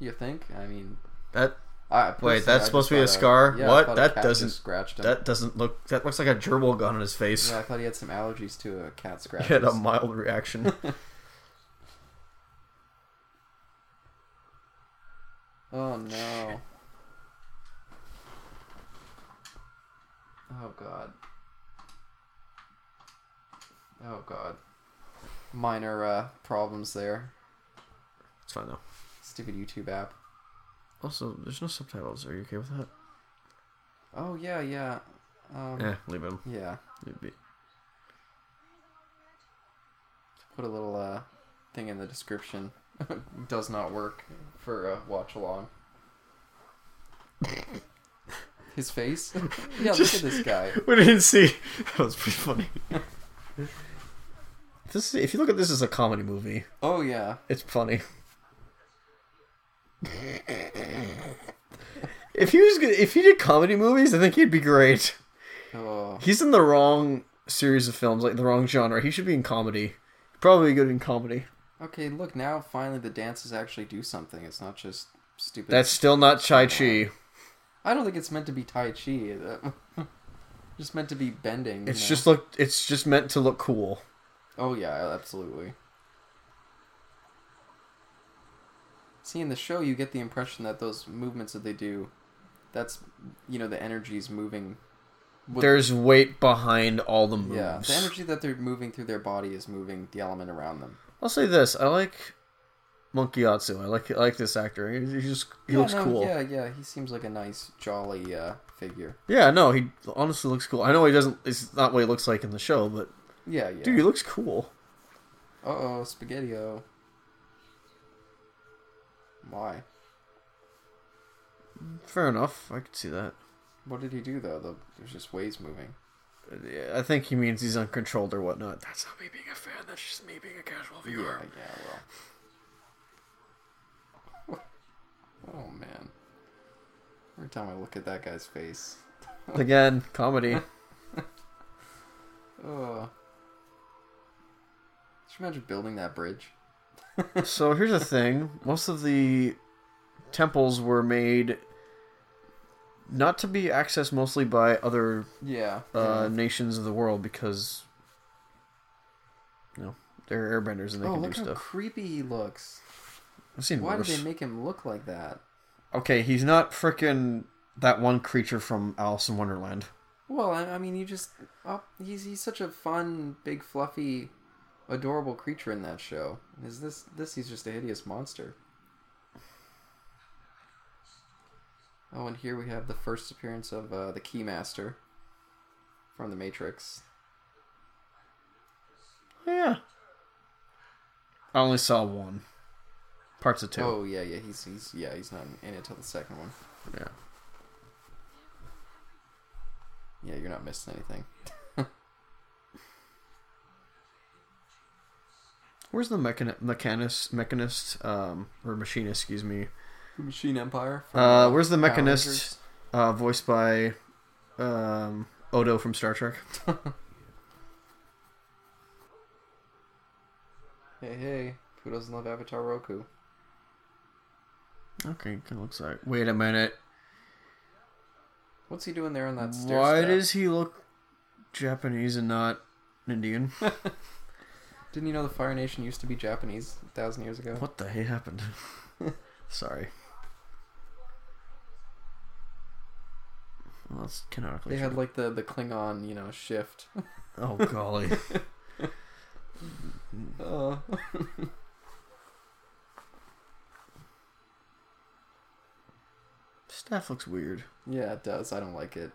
you think? I mean,
That
I, personally,
that's
I just
supposed to be a
thought
scar?
yeah, I
What?
thought a
That
cat
doesn't-
just scratched him.
that doesn't look. That looks like a gerbil got on his face.
Yeah, I thought he had some allergies to a cat
He
scratch.
had a mild reaction.
Oh no. Oh god. Oh god. Minor uh, problems there.
it's fine though.
Stupid YouTube app.
Also, there's no subtitles. Are you okay with that?
Oh yeah, yeah. Um,
Yeah, Eh, leave it.
yeah.
Leave it be.
Put a little uh, thing in the description. Does not work for a watch along. His face. yeah, look at this guy.
We didn't see. That was pretty funny. this, is, if you look at this as a comedy movie,
Oh yeah.
it's funny. if he was, good- if he did comedy movies, I think he'd be great.
Oh.
He's in the wrong series of films, like the wrong genre. He should be in comedy. Probably good in comedy.
Okay, look now. Finally, the dances actually do something. It's not just stupid.
That's still not Chai Chi.
I don't think it's meant to be tai chi. just meant to be bending. you
It's
know?
just look. It's just meant to look cool.
Oh yeah, absolutely. See, in the show, you get the impression that those movements that they do, that's you know the energy's moving. with-
There's weight behind all the moves.
yeah, the energy that they're moving through their body is moving the element around them.
I'll say this: I like Monkey Atsu. I like I like this actor. He, he just he
Yeah,
looks
no,
cool. Yeah.
Yeah, yeah, he seems like a nice, jolly uh, figure.
no, he honestly looks cool. I know he doesn't. It's not what he looks like in the show, but
Yeah, yeah.
dude, he looks cool.
Uh oh, spaghetti-o. Why?
Fair enough. I could see that.
What did he do though? The, there's just waves moving.
Yeah, I think he means he's uncontrolled or whatnot. That's not me being a fan. That's just me being a casual viewer.
Like, yeah, well. oh man. Every time I look at that guy's face.
Again, comedy.
Oh. Just imagine building that bridge.
so here's the thing: most of the temples were made not to be accessed mostly by other
Yeah.
uh, nations of the world because you know they're airbenders and they
oh,
can do
look how
stuff.
creepy he looks.
I've seen
Why
worse.
did they make him look like that?
okay, he's not freaking that one creature from Alice in Wonderland.
Well, I, I mean, you just up. He's he's such a fun, big, fluffy, adorable creature in that show. Is this this? He's just a hideous monster. Oh, and here we have the first appearance of uh, the Keymaster from the Matrix.
Yeah, I only saw one. Parts of two.
Oh yeah, yeah. He's he's yeah. He's not in it till the second one.
Yeah.
Yeah, you're not missing anything.
Where's the mechan- mechanist, mechanist, um, or machinist? Excuse me.
Machine Empire. from,
Uh, where's the
Power
mechanist?
Rangers.
Uh, voiced by, um, Odo from Star Trek.
Hey hey, who doesn't love Avatar Roku?
Okay, kind of looks like. Wait a minute.
What's he doing there on that stair?
Why
step?
does he look Japanese and not Indian?
Didn't you know the Fire Nation used to be Japanese a thousand years ago?
what the heck happened? Sorry. Well, that's canonically.
They had
true.
like the the Klingon, you know, shift.
oh golly.
Uh,
Staff looks weird.
Yeah, it does. I don't like it.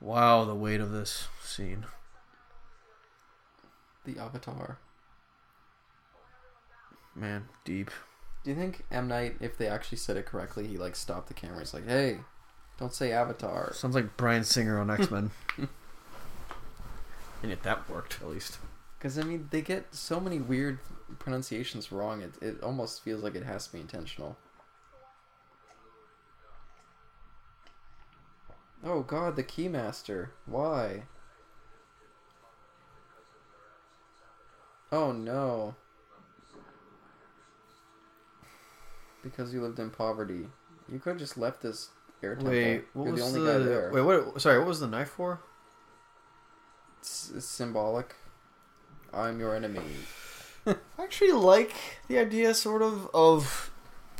Wow, the weight of this scene.
The Avatar.
Man, deep.
Do you think M Night, if they actually said it correctly, he like stopped the camera? He's like, "Hey, don't say Avatar."
Sounds like Brian Singer on X Men. and yet that worked, at least.
Because I mean, they get so many weird pronunciations wrong. It it almost feels like it has to be intentional. Oh God, the Keymaster. Why? Oh no. Because you lived in poverty, you could have just left this air temple.
Wait, what
You're
was
the only
the,
guy there.
wait? What? Sorry, what was the knife for?
It's, it's symbolic. I'm your enemy.
I actually like the idea, sort of, of.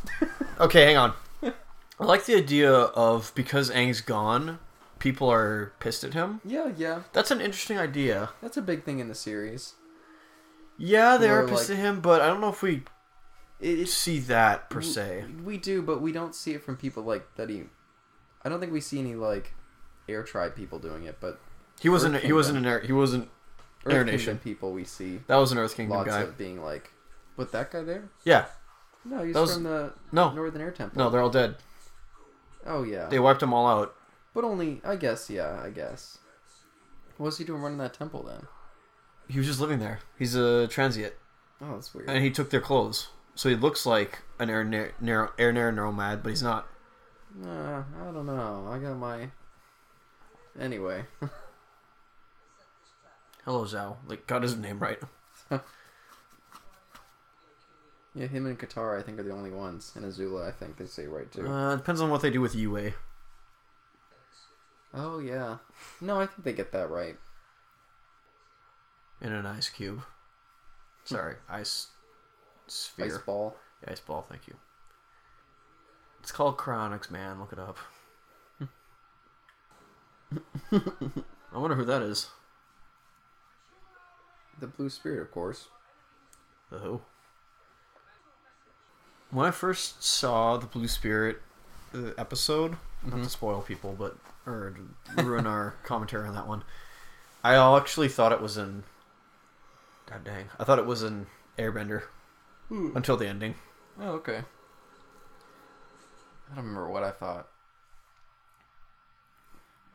okay, hang on. I like the idea of because Aang's gone, people are pissed at him.
Yeah, yeah,
That's an interesting idea.
that's a big thing in the series.
Yeah, they
Or,
are pissed
like-
at him, but I don't know if we
It, it's
see that per se.
We do, but we don't see it from people like that. He, I don't think we see any like air tribe people doing it, but
He wasn't. He
Kingdom.
wasn't an. Air, he wasn't.
Earth
Air
Kingdom
Nation.
people we see
That was an Earth Kingdom
lots
guy.
of being like, but that guy there?
Yeah.
No, he's
That was-
from the
No.
Northern Air Temple.
No, they're all dead.
Oh yeah,
They wiped them all out.
but only I guess. Yeah, I guess. What was he doing running that temple then?
He was just living there. He's a transient,
Oh, that's weird.
and he took their clothes, so he looks like an air nar- narrow air narrow nomad, but he's not.
Nah, I don't know. I got my. Anyway,
Hello, Zhao. Like got his name right.
yeah, him and Katara I think are the only ones, and Azula I think they say right too.
Uh, depends on what they do with Yue.
oh yeah, no, I think they get that right.
in an ice cube. Sorry, ice sphere.
Ice ball.
Yeah, ice ball, thank you. It's called Chronix, man. Look it up. I wonder who that is.
The blue spirit, of course.
The who? When I first saw the Blue Spirit uh, episode, not to spoil people, but or to ruin our commentary on that one, I actually thought it was in. God dang! I thought it was an Airbender until the ending.
Oh, okay. I don't remember what I thought.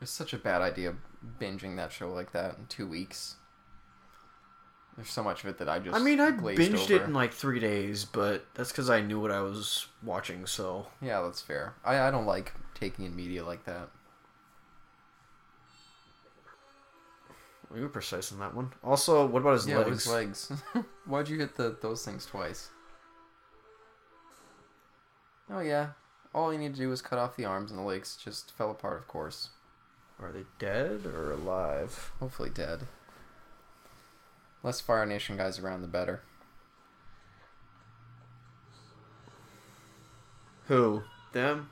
It's such a bad idea binging that show like that in two weeks. There's so much of it that I just
I mean, I
glazed
binged it
over.
in like three days, but that's because I knew what I was watching. So
Yeah, that's fair. I, I don't like taking in media like that.
we were precise on that one. Also, what about his
Yeah, with
legs?
his legs. Why'd you hit the those things twice? Oh yeah. All you need to do is cut off the arms and the legs just fell apart, of course.
Are they dead or alive?
Hopefully dead. Less Fire Nation guys around, the better.
Who? Them?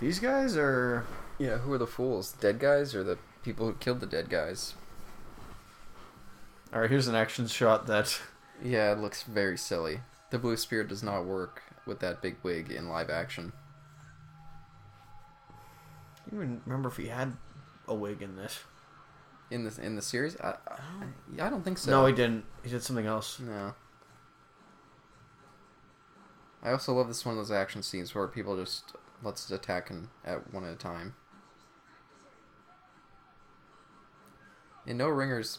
These guys are.
Yeah, who are the fools? Dead guys or the people who killed the dead guys?
All right, here's an action shot that.
Yeah, it looks very silly. The blue spirit does not work with that big wig in live action.
I don't even remember if he had a wig in this.
In the in the series, I I, I don't think so.
no, he didn't. He did something else.
No. I also love this one of those action scenes where people just let's attack and at one at a time. And no ringers,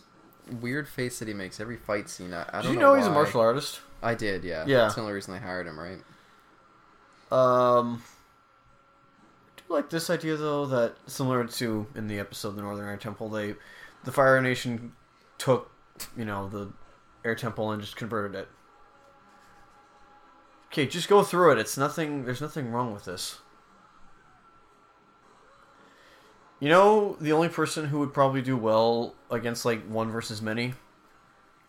weird face that he makes every fight scene. I, I
Did
don't
you know
why.
he's a martial artist?
I did, yeah.
Yeah.
That's the only reason they hired him, right?
Um, I do like this idea though that similar to in the episode of the Northern Air Temple, they the Fire Nation took you know the Air Temple and just converted it. Okay, just go through it. It's nothing. There's nothing wrong with this. You know, the only person who would probably do well against like one versus many,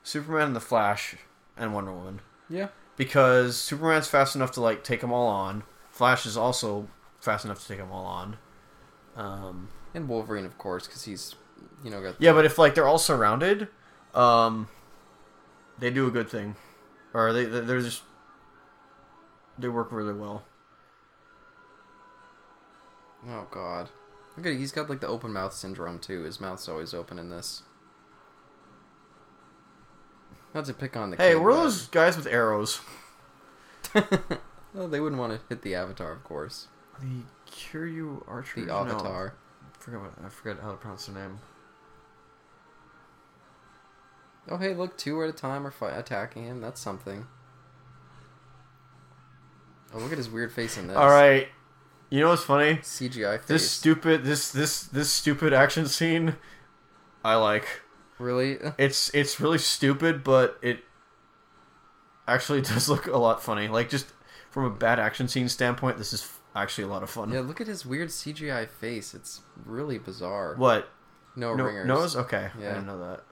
Superman and the Flash, and Wonder Woman
Yeah.
because Superman's fast enough to like take them all on. Flash is also fast enough to take them all on. Um,
And Wolverine, of course, because he's, you know, got.
yeah, but if like they're all surrounded, um, they do a good thing, or they they- they're just They work really well.
Oh God. Look at he's got like the open mouth syndrome too. His mouth's always open in this. Not to pick on the
Hey,
kid,
we're
but-
those guys with arrows.
well, Oh, they wouldn't want to hit the avatar, of course.
The Kiryu Archer.
The avatar.
I forget what, I forget how to pronounce their name.
Oh hey, look, two at a time are fi- attacking him. That's something. Oh, look at his weird face in this.
All right. You know what's funny?
CGI face.
This stupid this this this stupid action scene I like.
really?
It's it's really stupid, but it actually does look a lot funny. Like just from a bad action scene standpoint, this is f- actually a lot of fun.
Yeah, look at his weird CGI face. It's really bizarre.
What?
No,
No,
ringers.
nose? Okay. I
Yeah.
didn't know that.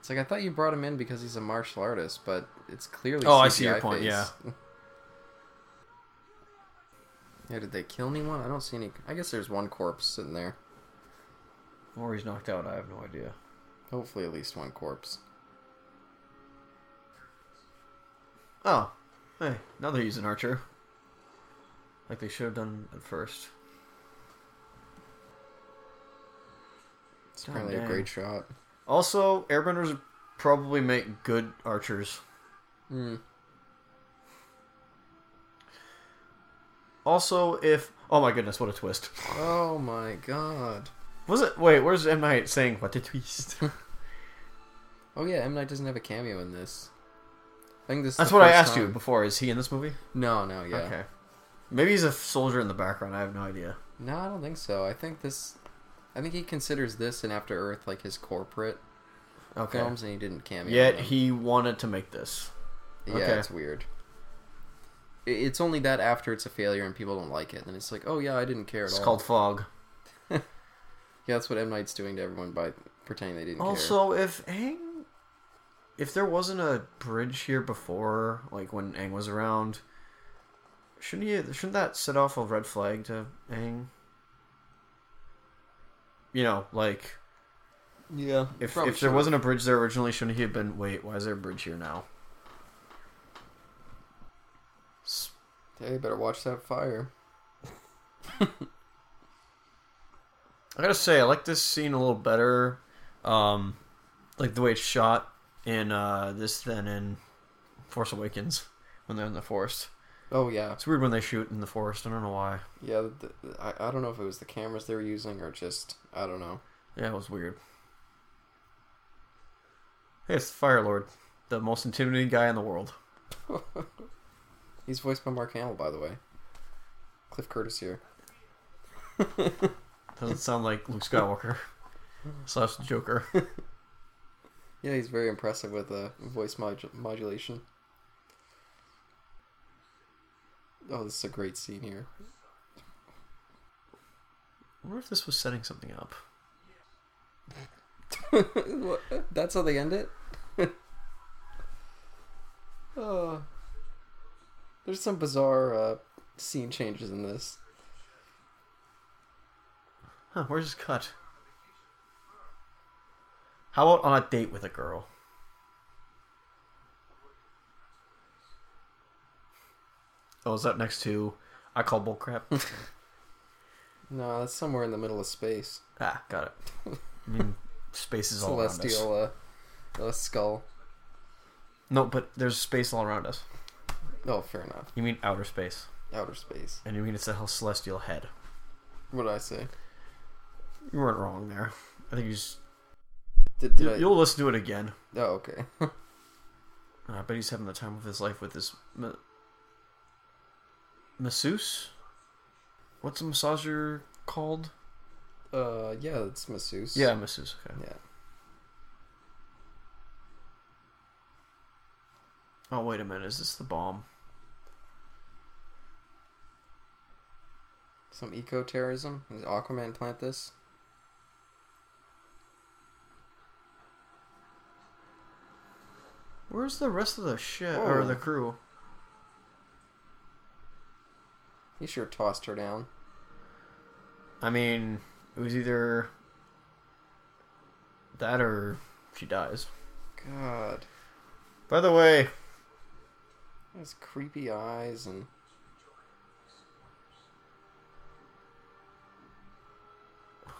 It's like I thought you brought him in because he's a martial artist, but it's clearly.
Oh,
CGI
I see your point,
Face.
yeah.
yeah. Did they kill anyone? I don't see any. I guess there's one corpse sitting there.
Or he's knocked out, I have no idea.
Hopefully, at least one corpse.
Oh. Hey, now they're using Archer. Like they should have done at first.
It's
God
apparently
dang.
a great shot.
Also, airbenders probably make good archers.
Hmm.
Also, if oh my goodness, what a twist!
Oh my god.
Was it? Wait, where's M Night saying what a twist?
Oh yeah, M Night doesn't have a cameo in this. I think this. Is
That's
the
what I
first
asked you
time-
before. Is he in this movie?
No, no, yeah.
Okay. Maybe he's a soldier in the background. I have no idea.
No, I don't think so. I think this. I think he considers this and After Earth like his corporate
Okay.
films, and he didn't cameo. in
Yet
them.
he wanted to make this.
Yeah,
Okay.
it's weird. I- It's only that after it's a failure and people don't like it, then it's like, oh yeah, I didn't care at
It's
all.
called Fog.
yeah, that's what M Night's doing to everyone by pretending they didn't care.
Also, if Aang, if there wasn't a bridge here before, like when Aang was around, shouldn't he? Shouldn't that set off a red flag to Aang? You know, like
Yeah.
if if there wasn't a bridge there originally, shouldn't he have been? Wait, why is there a bridge here now? S-
hey, better watch that fire.
I gotta say, I like this scene a little better, um, like the way it's shot in uh, this than in Force Awakens when they're in the forest.
Oh yeah,
It's weird when they shoot in the forest. I don't know why.
yeah. The, the- I I don't know if it was the cameras they were using or just I don't know.
Yeah, it was weird. Hey, it's the Fire Lord, the most intimidating guy in the world.
He's voiced by Mark Hamill, by the way. Cliff Curtis here.
Doesn't sound like Luke Skywalker slash the Joker.
Yeah, he's very impressive with uh, voice mod- modulation. Oh, this is a great scene here.
I wonder if this was setting something up.
What? That's how they end it. uh, there's some bizarre uh, scene changes in this.
Huh? Where's his cut? How about on a date with a girl? Oh, is that next to? I call
Hmm.
bullcrap.
No, that's somewhere in the middle of space.
ah, got it. I mean, space is all around us.
Celestial uh, uh, skull.
No, but there's space all around us.
Oh, fair enough.
You mean outer space,
Outer space.
and you mean it's a hell celestial head.
What did I say?
You weren't wrong there. I think you just,
Did, did
you,
I?
you'll listen to it again.
Oh, okay.
Uh, I bet he's having the time of his life with this ma- masseuse. What's a massager called?
uh, yeah, it's masseuse.
Yeah, masseuse. Okay.
Yeah.
Oh wait a minute, is this the bomb?
Some eco terrorism. Does Aquaman plant this?
Where's the rest of the ship or
Whoa.
the crew?
He sure tossed her down.
I mean, it was either that or she dies.
God.
By the way,
His creepy eyes and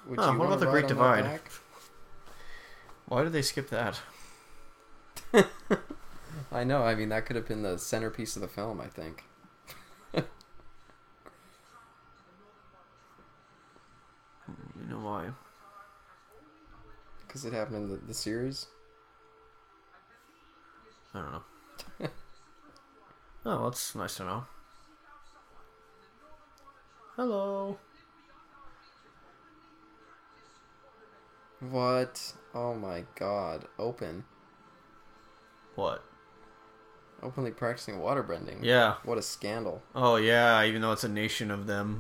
Would
Huh, what
wanna
about The
ride
Great
on my
Divide?
back?
Why did they skip that?
I know. I mean, that could have been the centerpiece of the film. I think.
You know why?
Because it happened in the, the series.
I don't know. oh, that's nice to know. Hello.
What? Oh my god. Open.
What?
Openly practicing waterbending.
Yeah.
What a scandal.
Oh, yeah, even though it's a nation of them.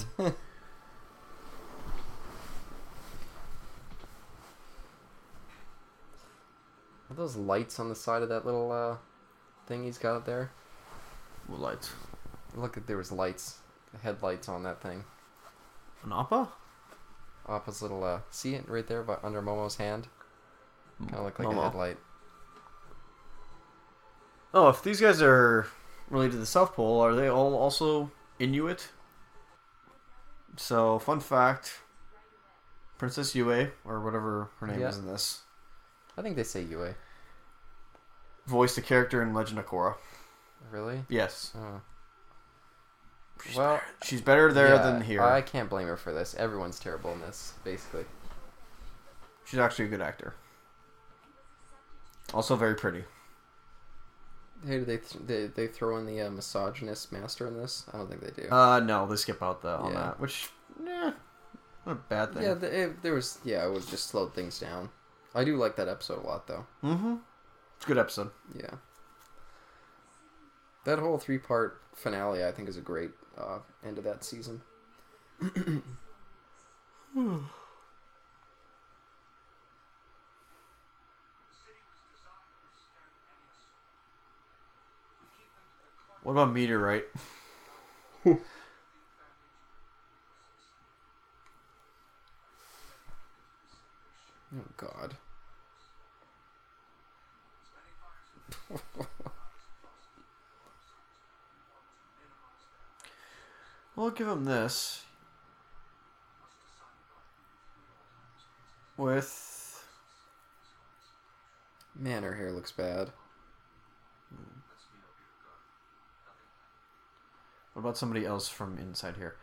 Are those lights on the side of that little uh, thing he's got up there?
What lights?
Look, there was lights. Headlights on that thing.
An Appa?
Appa's little, uh, see it right there by, under Momo's hand? Kind of look like
Momo.
a headlight.
Oh, if these guys are related to the South Pole, are they all also Inuit? So, fun fact Princess Yue, or whatever her name
Yeah.
is in this,
I think they say UA.
voiced a character in Legend of Korra.
Really?
Yes.
Oh. Well,
She's better there
yeah,
than here.
I can't blame her for this. Everyone's terrible in this, basically.
She's actually a good actor. Also, very pretty.
Hey, do they th- they they throw in the uh, misogynist master in this? I don't think they do.
Uh, no, they skip out the on
Yeah.
that, which, nah, not a bad thing.
yeah, the, it, there was. Yeah, it would just slowed things down. I do like that episode a lot, though.
Mm-hmm. It's a good episode.
Yeah. That whole three part finale, I think, is a great uh, end of that season.
What about Meteorite?
Oh God.
Well, I'll give him this. With
Man, her hair looks bad.
what about somebody else from inside here?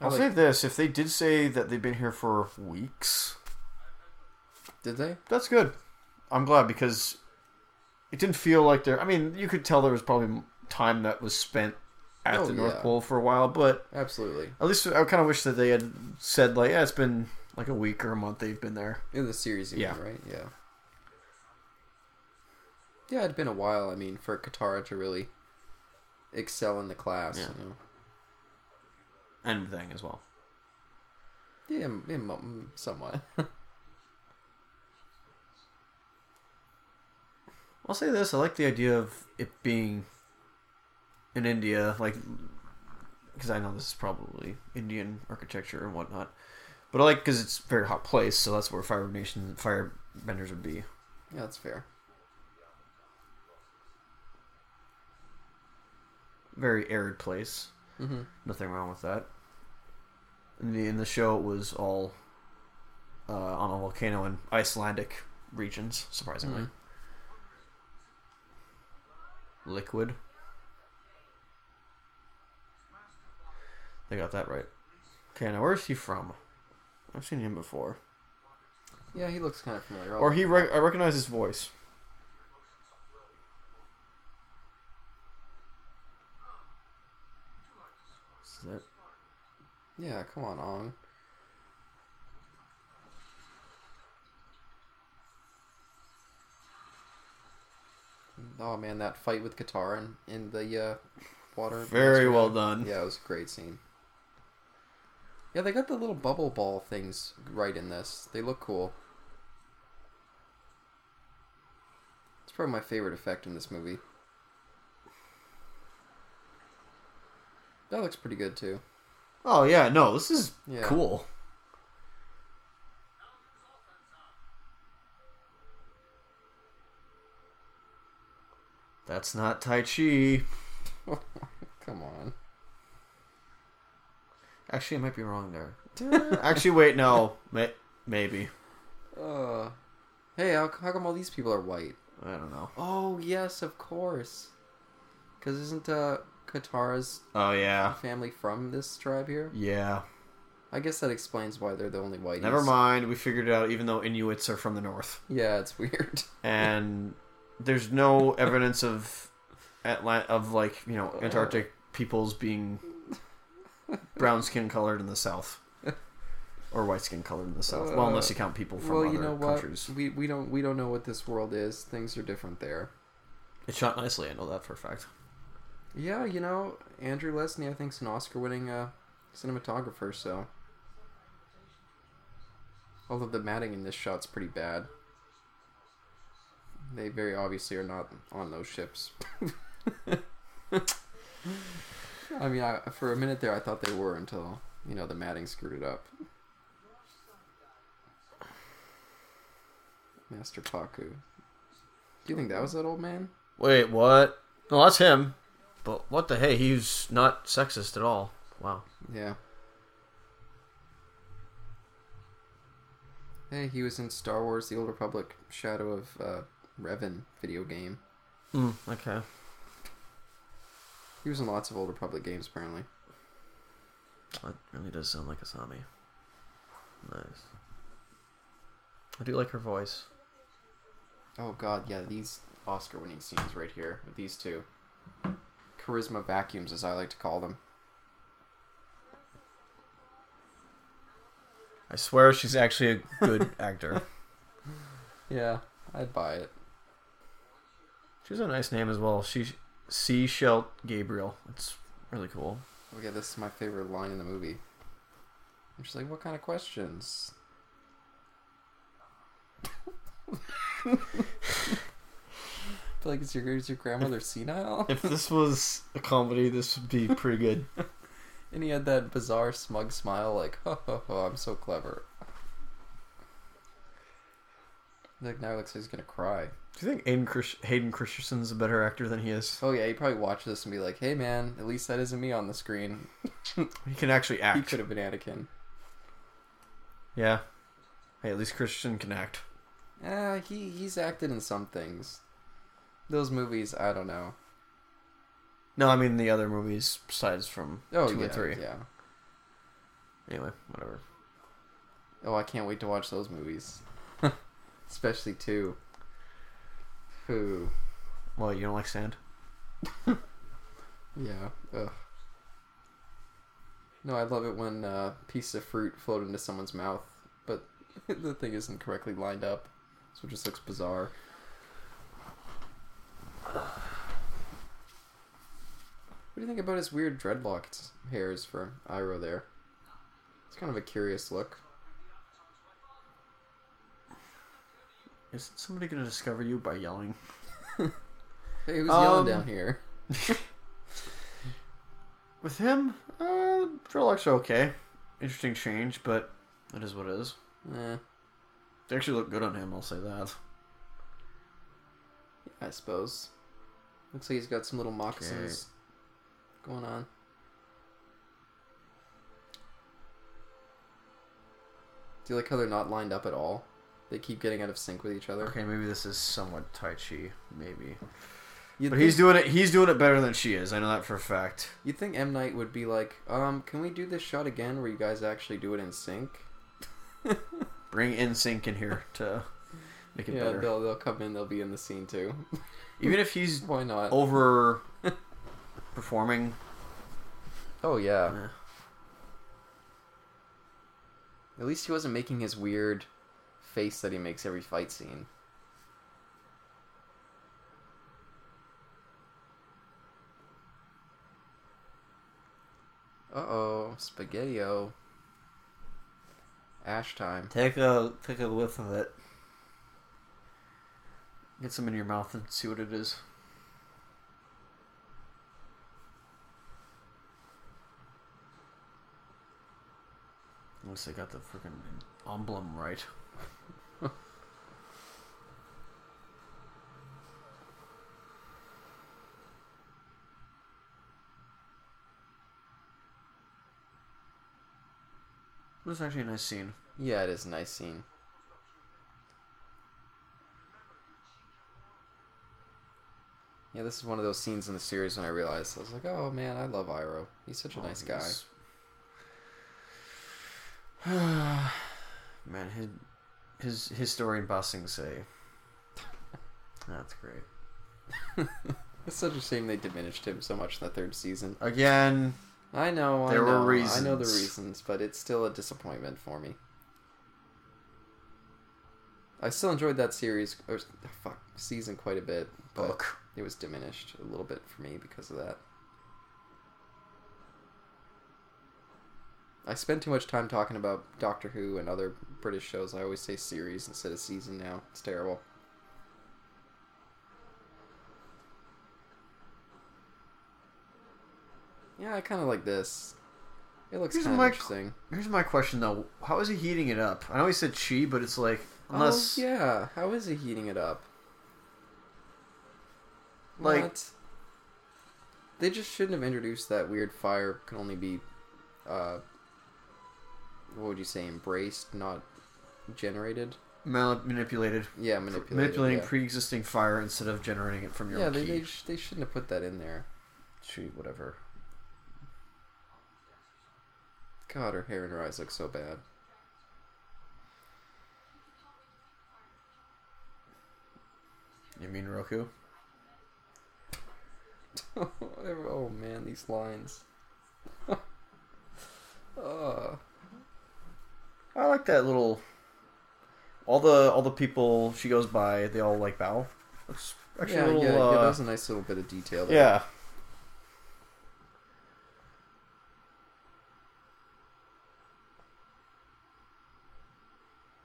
I
I'll
like-
say this: if they did say that they've been here for weeks,
Did they?
That's good. I'm glad because it didn't feel like there. I mean, you could tell there was probably time that was spent at
Oh,
the North
yeah.
Pole for a while, but
Absolutely.
at least I kind of wish that they had said like, yeah, it's been like a week or a month they've been there.
In the series, you mean,
Yeah.
right? Yeah. Yeah, it'd been a while. I mean, for Katara to really excel in the class,
Yeah.
you know.
And thing as well.
Yeah, m- yeah, mo- m- somewhat.
I'll say this: I like the idea of it being in India, like because I know this is probably Indian architecture and whatnot. But I like because it's a very hot place, so that's where Fire Nation firebenders would be.
yeah, that's fair.
very arid place.
Mm-hmm.
Nothing wrong with that. In the, in the show, it was all uh, on a volcano in Icelandic regions, surprisingly. Liquid. They got that right. Okay, now where's he from? I've seen him before.
Yeah, he looks kind of familiar. Oh, I'll
Or
look
he,
him
rec-
up.
I recognize his voice. Is that
Yeah, come on, Ong. Oh man, that fight with Katara in, in the uh, water.
Very
master.
well done.
Yeah, it was a great scene. Yeah, they got the little bubble ball things right in this. They look cool. It's probably my favorite effect in this movie. That looks pretty good too.
Oh yeah, no, this is
Yeah.
cool. That's not Tai Chi.
Come on.
Actually, I might be wrong there. Actually, wait, no. May- maybe.
Uh, hey, how, how come all these people are white?
I don't know.
Oh yes, of course. Because isn't uh Katara's
Oh, yeah.
family from this tribe here?
Yeah.
I guess that explains why they're the only white.
Never mind. We figured it out, even though Inuits are from the north.
Yeah, it's weird.
And there's no evidence of Atlant- of like, you know, Antarctic peoples being brown skin colored in the south. Or white skin colored in the south. well, unless you count people from
well,
other
you know what?
countries.
We we don't we don't know what this world is. Things are different there.
It shot nicely, I know that for a fact.
Yeah, you know, Andrew Lesney, I think, is an Oscar-winning uh, cinematographer. So, although the matting in this shot's pretty bad, they very obviously are not on those ships. I mean, I, for a minute there, I thought they were until you know the matting screwed it up. Master Paku. Do you think that was that old man?
Wait, what? No, that's him. But what the hey? He's not sexist at all. Wow.
Yeah. Hey, he was in Star Wars: The Old Republic, Shadow of uh, Revan video game. Hmm.
Mm, okay.
He was in lots of Old Republic games, apparently.
That really does sound like Asami. Nice. I do like her voice.
Oh God, yeah, these Oscar-winning scenes right here with these two charisma vacuums, as I like to call them.
I swear she's actually a good actor.
Yeah, I'd buy it.
She has a nice name as well. She Seashell Gabriel. It's really cool.
Oh yeah, this is my favorite line in the movie. I'm just like, what kind of questions? Feel like, is your, is your grandmother senile?
If this was a comedy, this would be pretty good.
And he had that bizarre smug smile, like, ho ho ho, I'm so clever. Like, now he looks like he's gonna cry.
do you think Hayden, Chris- Hayden Christensen's a better actor than he is?
Oh yeah, he probably watched this and be like, hey man, at least that isn't me on the screen.
He can actually
He
act.
could have been Anakin.
Yeah. Hey, at least Christian can act.
Uh, he he's acted in some things. Those movies, I don't know.
No, I mean the other movies besides from two
Oh, yeah,
and three.
Yeah.
Anyway, whatever.
Oh, I can't wait to watch those movies, especially two. Who?
Well, you don't like sand?
Yeah. Ugh. No, I love it when uh, piece of fruit float into someone's mouth, but the thing isn't correctly lined up, so it just looks bizarre. What do you think about his weird dreadlocked hairs for Iroh there? It's kind of a curious look.
Is somebody gonna discover you by yelling?
Hey, who's yelling
Um,
down here?
With him, uh, dreadlocks are okay. Interesting change, but it is what it is.
Eh,
They actually look good on him. I'll say that.
I suppose. Looks like he's got some little moccasins going on. Do you like how they're not lined up at all? They keep getting out of sync with each other.
Okay, maybe this is somewhat Tai Chi, maybe.
You'd,
But
think,
he's doing it. He's doing it better than she is. I know that for a fact.
you'd think M Night would be like, um, can we do this shot again where you guys actually do it in sync?
Bring in sync in here to make it
yeah,
better.
they'll they'll come in, they'll be in the scene too.
Even if he's
Why not? Oh,
over performing,
Oh, yeah.
eh,
At least he wasn't making his weird face that he makes every fight scene. Uh oh, spaghetti-o. Ash time.
Take a take a whiff of it. Get some in your mouth and see what it is. Unless they got the freaking emblem right. It was actually a nice scene.
Yeah, it is a nice scene. Yeah, this is one of those scenes in the series when I realized I was like, "Oh man, I love Iroh. He's such a nice guy."
Oh, He's- Man, his his his story in Bossing Say. That's great.
It's such a shame they diminished him so much in the third season.
Again,
I know, I
There were
know, I know the
reasons.
reasons, but it's still a disappointment for me. I still enjoyed that series or fuck season quite a bit, but
book.
it was diminished a little bit for me because of that. I spend too much time talking about Doctor Who and other British shows. I always say series instead of season now. It's terrible. Yeah, I kind of like this. It looks
Here's
kind of
my-
interesting.
Here's my question though: How is he heating it up? I know he said chi, but it's like unless
Oh yeah, how is he heating it up?
Like-
What? they just shouldn't have introduced that weird fire can only be, uh, what would you say, embraced, not generated.
mal- manipulated,
Yeah,
manipulating,
manipulated. yeah.
pre-existing fire instead of generating it from your
yeah,
own
they
key.
they, sh- they shouldn't have put that in there.
chi, whatever.
God, her hair and her eyes look so bad.
You mean Roku?
oh man, these lines. uh,
I like that little. All the all the people she goes by, they all like bow. That's actually
yeah,
a little.
yeah,
uh,
yeah, that was a nice little bit of detail there.
Yeah.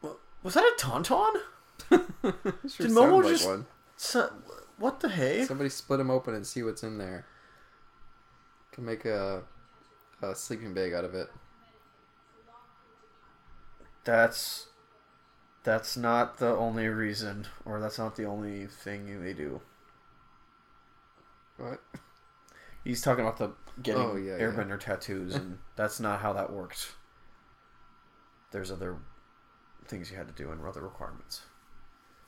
Wa- Was that a tauntaun?
Sure
Did Momo
sounds like
just-
one.
So, what the hey?
Somebody split them open and see what's in there. Can make a, a sleeping bag out of it.
That's that's not the only reason, or that's not the only thing they do.
What?
He's talking about the getting
Oh, yeah, yeah.
airbender tattoos, and that's not how that worked. There's other things you had to do and other requirements.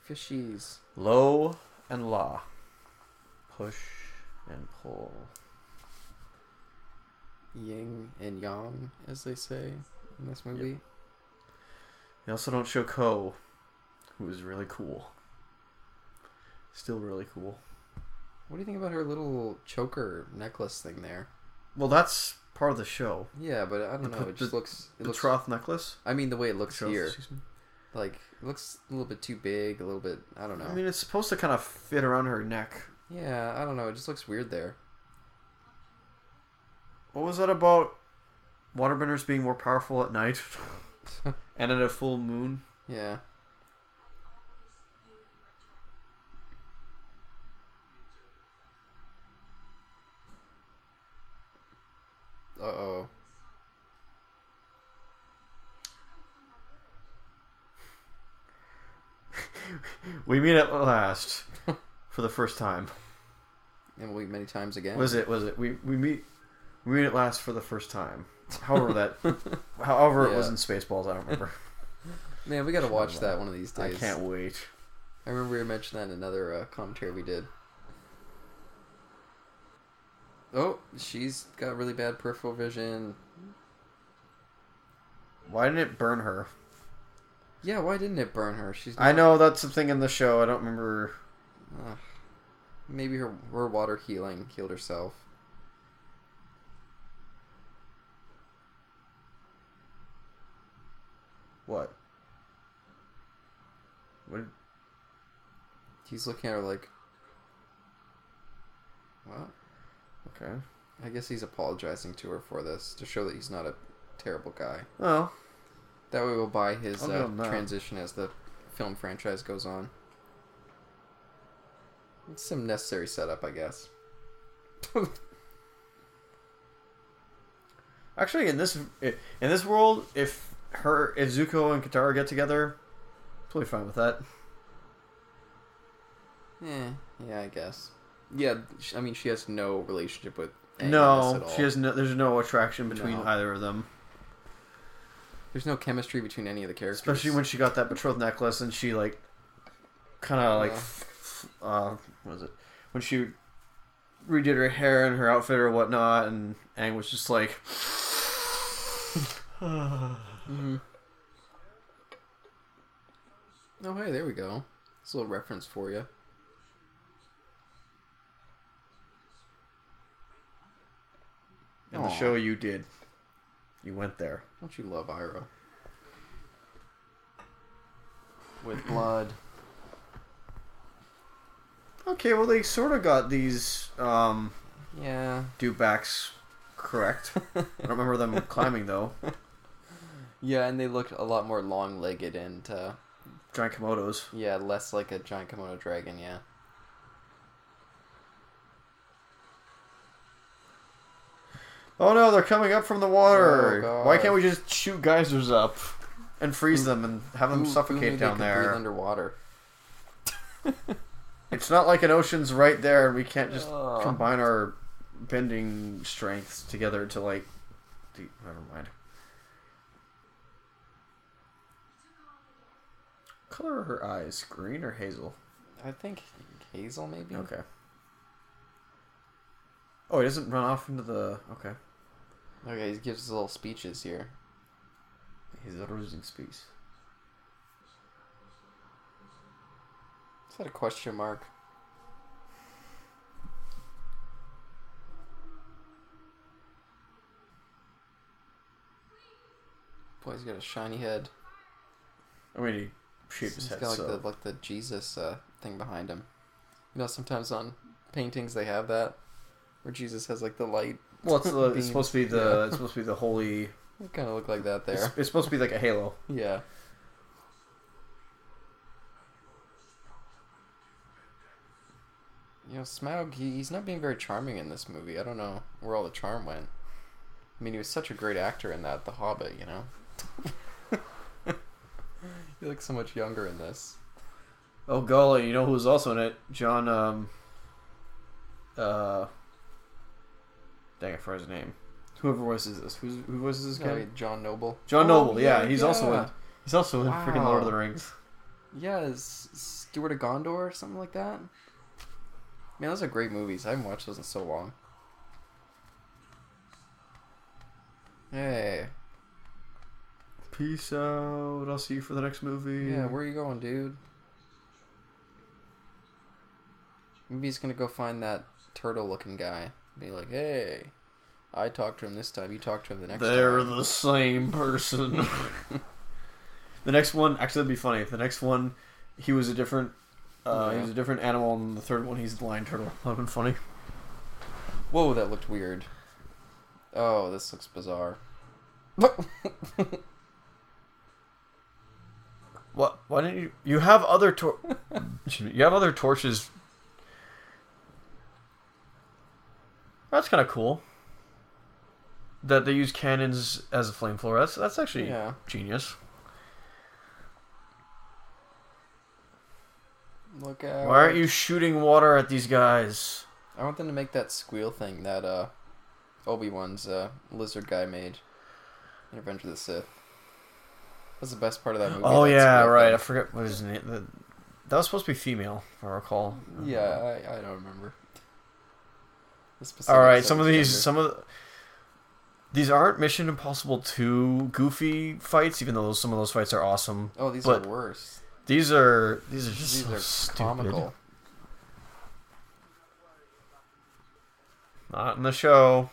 Fishies.
Low and la. Push and pull.
Yin and yang, as they say in this movie.
They also don't show Ko, who is really cool. Still really cool.
What do you think about her little choker necklace thing there?
Well, that's part of the show.
Yeah, but I don't know.
p-
It just
the-
looks. It
the
looks.
troth necklace.
I mean, the way it looks
Troth,
here,
excuse me.
like it looks a little bit too big. A little bit. I don't know.
I mean, it's supposed to kind of fit around her neck.
yeah, I don't know. It just looks weird there.
What was that about waterbenders being more powerful at night and at a full moon?
Yeah. Uh oh.
We meet at last for the first time.
And we many times again.
Was it? Was it? We we meet we meet at last for the first time. However that, however it was
Yeah.
in Spaceballs, I don't remember.
Man, we gotta watch that one of these
I
days.
can't wait.
I remember we mentioned that in another uh, commentary we did. Oh, she's got really bad peripheral vision.
Why didn't it burn her?
Yeah, why didn't it burn her? She's
I know that's the thing in the show. I don't remember.
Ugh. maybe her her water healing healed herself.
What? What?
He's looking at her like, what?
Okay.
I guess he's apologizing to her for this to show that he's not a terrible guy.
Oh,
That way, we'll buy his
I'll
uh,
give him that.
transition as the film franchise goes on. It's some necessary setup, I guess.
actually, in this in this world, if her if Zuko and Katara get together, totally fine with that.
yeah, Eh, yeah, I guess. Yeah, sh- I mean, she has no relationship with Aang in this
no,
at all.
she has no. There's no attraction between
No.
either of them.
There's no chemistry between any of the characters.
Especially when she got that betrothed necklace and she like, kind of like,
Yeah.
f- uh, what was it? When she redid her hair and her outfit or whatnot, and Ang was just like,
Mm-hmm. Oh, hey, there we go. It's a little reference for you.
"In
Aw.
the show you did, you went there."
Don't you love Ira? With blood.
Okay, well they sort of got these um,
Yeah.
dewbacks correct. I don't remember them climbing though.
Yeah, and they looked a lot more long legged and, uh,
Giant komodos.
yeah, less like a giant kimono dragon, yeah.
Oh no, they're coming up from the water.
Oh, God.
Why can't we just shoot geysers up and freeze them and have them
Who- who knew
suffocate
they
down
could breathe
there?
underwater.
It's not like an ocean's right there and we can't just
Ugh.
combine our bending strengths together to like. de- Never mind. Color of her eyes green or hazel?
I think Hazel, maybe?
Okay. Oh, he doesn't run off into the. Okay.
Okay, he gives us little speeches here.
He's a losing space.
Is that a question mark? Boy's got a shiny head.
I mean, he shaved his
He's
head.
got like
so.
the like the Jesus uh, thing behind him. You know, sometimes on paintings they have that where Jesus has like the light.
Well, it's, the, it's
beams.
supposed to be the it's supposed to be the holy.
It kind of look like that
It's,
there.
it's supposed to be like a halo.
Yeah. You know, Smaug, he, he's not being very charming in this movie. I don't know where all the charm went. I mean, he was such a great actor in that, The Hobbit, you know? he looks so much younger in this.
Oh golly, you know who was also in it? John. Um, uh, dang, I forgot his name. Whoever voices this? Who's, who voices this guy?
Okay, John Noble.
John
Oh,
Noble. Yeah, he's also
yeah.
in. He's also in freaking Lord of
Wow.
the Rings.
Yeah, is Stewart of Gondor or something like that? Man, those are great movies. I haven't watched those in so long. Hey.
Peace out. I'll see you for the next movie.
Yeah, where are you going, dude? Maybe he's gonna go find that turtle looking guy. Be like, hey, I talked to him this time, you talked to him the next
They're
time.
the same person. the next one, actually, that'd be funny. If the next one, he was a different, uh, he
Yeah.
was a different animal, and the third one, he's the lion turtle. That'd been funny.
Whoa, that looked weird. Oh, this looks bizarre.
What? Why didn't you? You have other tor- Excuse me, You have other torches. That's kind of cool. That they use cannons as a flamethrower. That's that's actually
yeah.
genius.
Look out.
Why aren't you shooting water at these guys?
I want them to make that squeal thing that uh Obi Wan's uh lizard guy made in Revenge of the Sith. That's the best part of that movie.
Oh
that
yeah,
squeal
right. I
thing.
forget what his name. The, that was supposed to be female, if I recall.
Yeah, I, I don't remember. The specifics
All right. Some of
its
these,
gender.
some of the, these aren't Mission Impossible two goofy fights, even though those- some of those fights are awesome.
Oh, these
but-
are worse.
These are these are just
These
so
are
stupid.
comical.
Not in the show.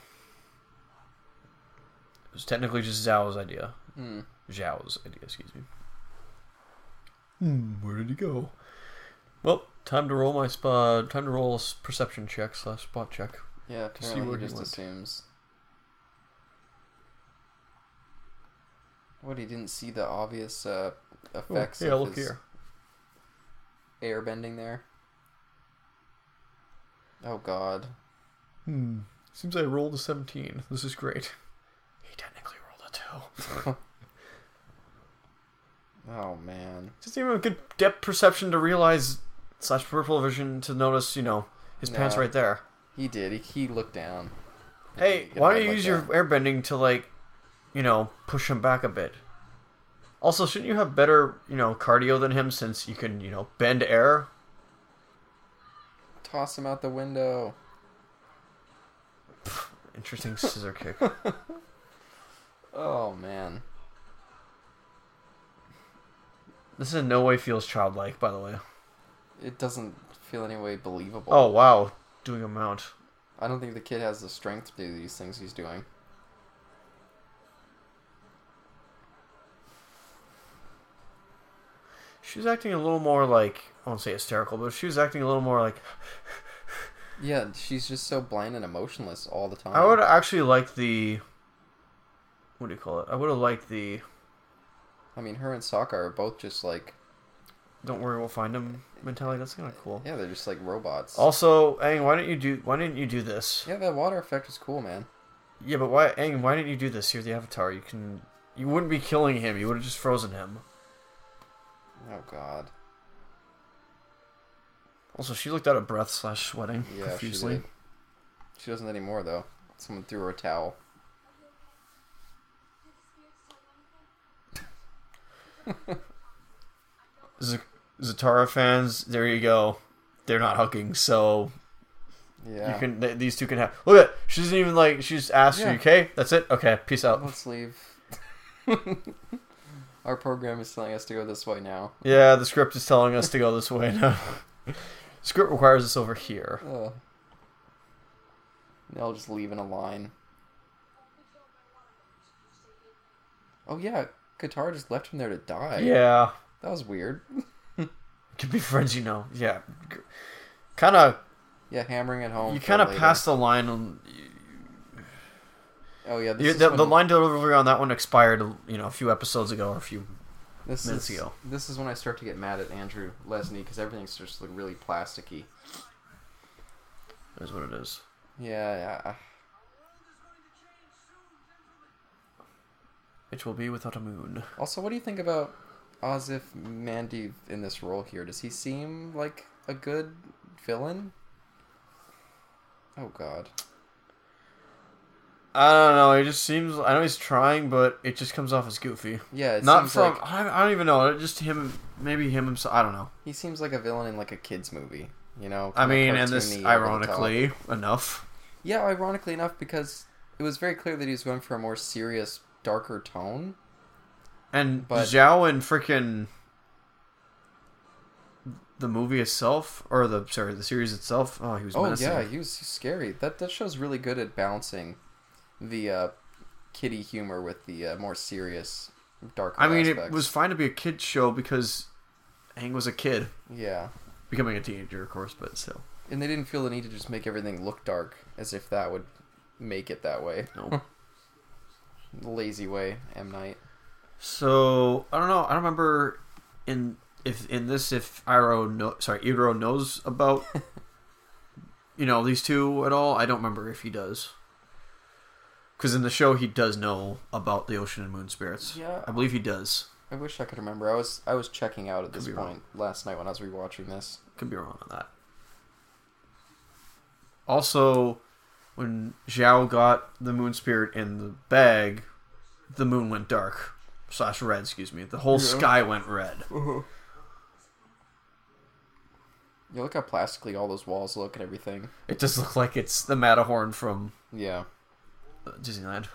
It was technically just Zhao's idea.
Hmm.
Zhao's idea, excuse me. Hmm, where did he go? Well, time to roll my spot. Time to roll a s- perception check slash spot check.
Yeah,
see
apparently
where
he
he
just
went.
assumes. What he didn't see the obvious uh,
Oh,
effects
yeah,
of
look
his
here.
air bending there. Oh God.
Hmm. Seems I rolled a 17. This is great. He technically rolled a 2.
Oh man.
Just even a good depth perception to realize, slash peripheral vision to notice, you know, his pants
Nah.
right there.
He did. He, he looked down.
Hey,
Get
why
mad
don't you
like
use
that.
your airbending to, like, you know, push him back a bit? Also, shouldn't you have better, you know, cardio than him since you can, you know, bend air?
Toss him out the window.
Interesting scissor kick.
Oh man.
This in no way feels childlike, by the way.
It doesn't feel any way believable.
Oh wow, doing a mount.
I don't think the kid has the strength to do these things he's doing.
She was acting a little more like I won't say hysterical, but she was acting a little more like
Yeah, she's just so blind and emotionless all the time.
I would actually like the what do you call it? I would have liked the
I mean, her and Sokka are both just like
don't worry we'll find him mentality. That's kinda cool.
yeah, they're just like robots.
Oh. Also, Aang, why don't you do why didn't you do this?
Yeah, that water effect was cool, man.
Yeah, but why Aang, why didn't you do this? You're the Avatar. You can you wouldn't be killing him, you would have just frozen him.
Oh god.
Also, she looked out of breath slash sweating
Yeah,
profusely.
she did. She doesn't anymore though. Someone threw her a towel.
Z- Zatara fans, there you go. They're not hugging, so
Yeah.
you can th- these two can have. Look at she doesn't even like she's asked
Yeah. Mm-hmm.
you, okay? That's it. Okay, peace out.
Let's leave. Our program is telling us to go this way now.
Yeah, the script is telling us to go this way now. script requires us over here.
Ugh. They'll just leave in a line. Oh yeah, Qatar just left him there to die.
Yeah,
That was weird.
could be friends, you know. Yeah, kind of.
Yeah, hammering it home.
You
for
kind of
later.
pass the line. On,
Oh yeah, this
you,
is
the,
when,
the line delivery on that one expired, you know, a few episodes ago or a few
This
minutes
is
ago.
this is when I start to get mad at Andrew Lesney because everything's just like really plasticky.
is what it is.
Yeah, yeah.
It will be without a moon.
Also, what do you think about Azif Mandy in this role here? Does he seem like a good villain? Oh God.
I don't know. It just seems. I know he's trying, but it just comes off as goofy.
Yeah, it
Not
seems
from.
like
I, don't, I don't even know. Just him. Maybe him himself. I don't know.
he seems like a villain in like a kids movie. You know.
I
kinda
mean, and this
cartoony, over the top.
ironically enough.
Yeah, ironically enough, because it was very clear that he was going for a more serious, darker tone.
And
But-
Zhao and freaking the movie itself, or the sorry, the series itself. Oh, he was
Oh
menacing.
yeah, he was he's scary. That that show's really good at balancing the uh, kiddie humor with the uh, more serious, darker.
I mean, it
aspects.
was fine to be a kid's show because Aang was a kid,
yeah.
becoming a teenager, of course, but still.
And they didn't feel the need to just make everything look dark, as if that would make it that way.
No.
Lazy way, M Night.
so I don't know. I don't remember in if in this if Iroh no sorry Iroh knows about you know these two at all. I don't remember if he does. Because in the show, he does know about the ocean and moon spirits.
Yeah.
I believe he does.
I wish I could remember. I was I was checking out at this
be
point
wrong.
last night when I was rewatching this.
Could be wrong on that. Also, when Zhao got the moon spirit in the bag, the moon went dark. Slash red, excuse me. The whole
Yeah.
sky went red.
You look how plastically all those walls look and everything.
It does look like it's the Matterhorn from
Yeah.
uh, Disneyland.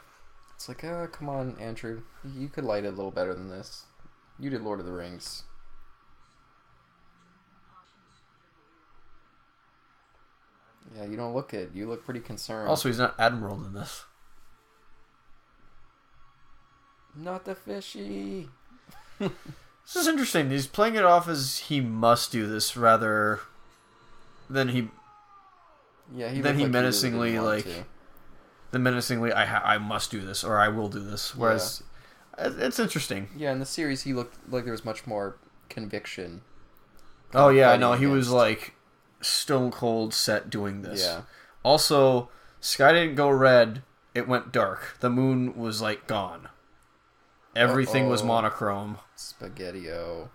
It's like, uh, come on, Andrew. You could light it a little better than this. You did Lord of the Rings. Yeah, you don't look it. You look pretty concerned.
Also, he's not Admiral in this.
not the fishy.
This is interesting. He's playing it off as he must do this rather than he
Yeah, he looked
Then he
like really
menacingly,
didn't want
like, than menacingly. I ha- I must do this or I will do this. Whereas, it- it's interesting.
Yeah, in the series, he looked like there was much more conviction.
Oh yeah,
fighting
no, he was
against.
like stone cold set doing this.
Yeah.
Also, sky didn't go red; it went dark. The moon was like gone. Everything was
Uh-oh.
monochrome.
Spaghetti-O.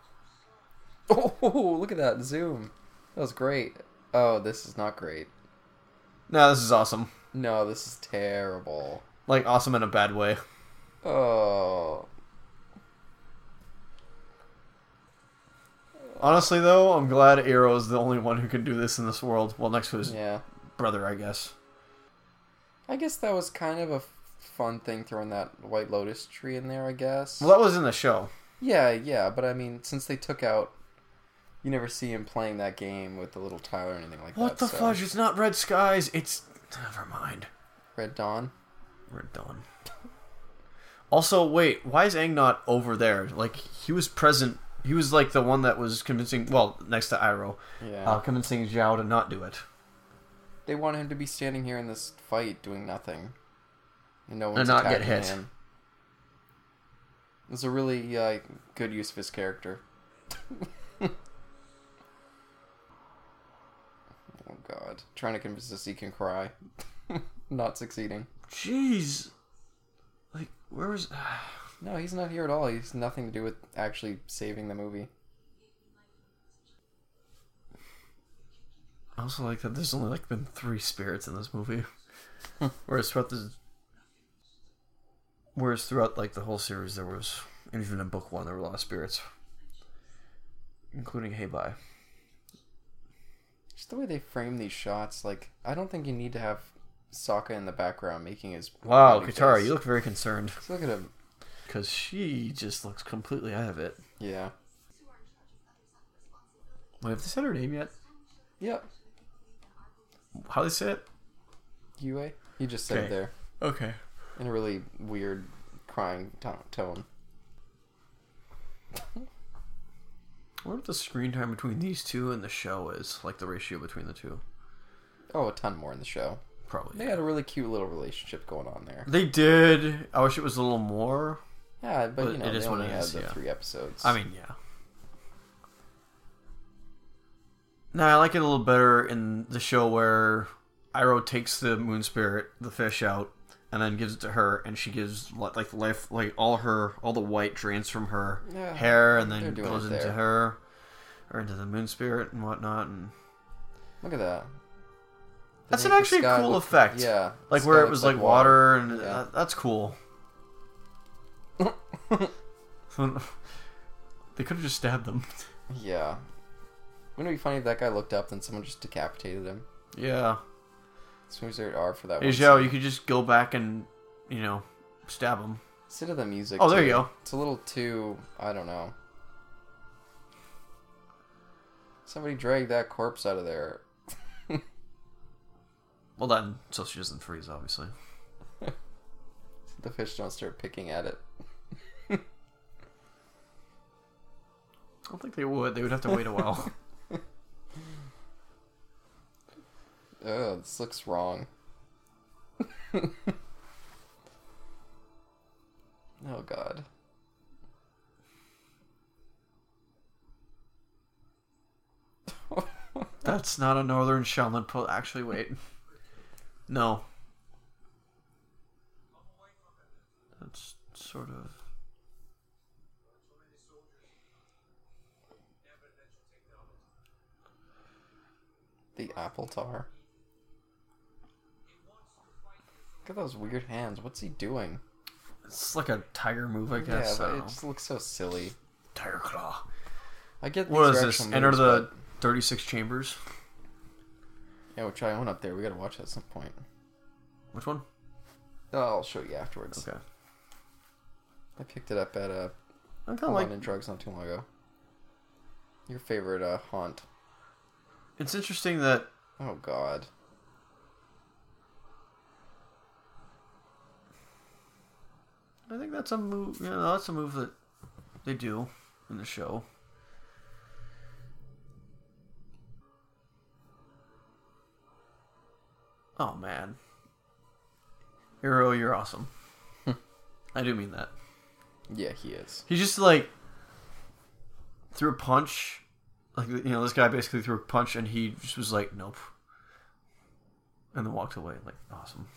Oh, look at that zoom. That was great. Oh, this is not great.
No, this is awesome.
No, this is terrible.
Like awesome in a bad way.
Oh.
Honestly, though, I'm glad Arrow is the only one who can do this in this world. Well, next to his
Yeah.
brother, I guess.
I guess that was kind of a f- fun thing throwing that White Lotus tree in there, I guess.
Well, that was in the show.
yeah, yeah, but I mean, since they took out. You never see him playing that game with the little Tyler or anything like
What
that.
the
so-
fudge? It's not Red Skies. It's never mind.
Red Dawn?
We're done. Also, wait, why is Aang not over there? Like he was present. He was like the one that was convincing. Well, next to Iroh,
Yeah.
uh, convincing Zhao to not do it.
they want him to be standing here in this fight doing nothing, and no one's
And not get
attacking
hit.
him. It's a really uh, good use of his character. oh God! Trying to convince us he can cry, not succeeding.
Jeez, like where was?
No, he's not here at all. He's nothing to do with actually saving the movie.
I also like that there's only like been three spirits in this movie, whereas throughout the, whereas throughout like the whole series there was, and even in book one there were a lot of spirits, including Heibai.
Just the way they frame these shots. Like, I don't think you need to have Sokka in the background making his
Wow,
pouty
Katara,
face.
you look very concerned.
Just look at him.
because she just looks completely out of it.
Yeah.
Wait, have they said her name yet?
Yep.
How they say it?
Yue. He just said
Okay.
it there
Okay.
in a really weird crying to- tone.
What if the screen time between these two and the show is like the ratio between the two?
Oh, a ton more in the show.
Probably.
They had a really cute little relationship going on there.
They did. I wish it was a little more.
Yeah, but,
But
you know,
it is
they
what
only
it
had
is,
the
yeah.
three episodes.
I mean, yeah. Nah, I like it a little better in the show where Iroh takes the moon spirit, the fish, out, and then gives it to her, and she gives li- like life, like all her, all the white drains from her
Yeah,
hair, and
they're
then
doing
goes
it
into
there.
her, or into the moon spirit and whatnot. And
look at that. They
that's an
make the
actually
sky
cool
look-
effect.
Yeah, the
like
sky
where it
looks
was like, water, and
Yeah.
that, that's cool. they could have just stabbed them.
Yeah. Wouldn't it be funny if that guy looked up and someone just decapitated him?
Yeah.
As soon as they are for that
Hey
one
Joe,
scene.
you could just go back and you know stab him.
Sit to the music.
Oh, there
too.
you go.
It's a little too. I don't know. Somebody dragged that corpse out of there.
Well, then, so she doesn't freeze, obviously.
The fish don't start picking at it.
I don't think they would. They would have to wait a while.
Ugh, this looks wrong. oh god.
That's not a northern shaman po Actually, wait. No. That's sort of.
The apple tar. Look at those weird hands. What's he doing?
It's like a tiger move, I guess.
yeah, but
I don't
it
know.
just looks so silly.
Tiger claw.
I get these
What
are
is this?
actual
Enter
moves,
the 36 chambers.
but- Yeah, we'll try one up there. We gotta watch that at some point.
Which one?
Oh, I'll show you afterwards.
Okay.
I picked it up at uh,
I kind of
Haunt
like.
and Drugs not too long ago. Your favorite uh, haunt.
It's interesting that
Oh god.
I think that's a move. Yeah, that's a move that they do in the show. Oh man, Hero, you're awesome. I do mean that.
Yeah, he is.
He just like threw a punch, like you know, this guy basically threw a punch, and he just was like, "Nope," and then walked away. Like awesome.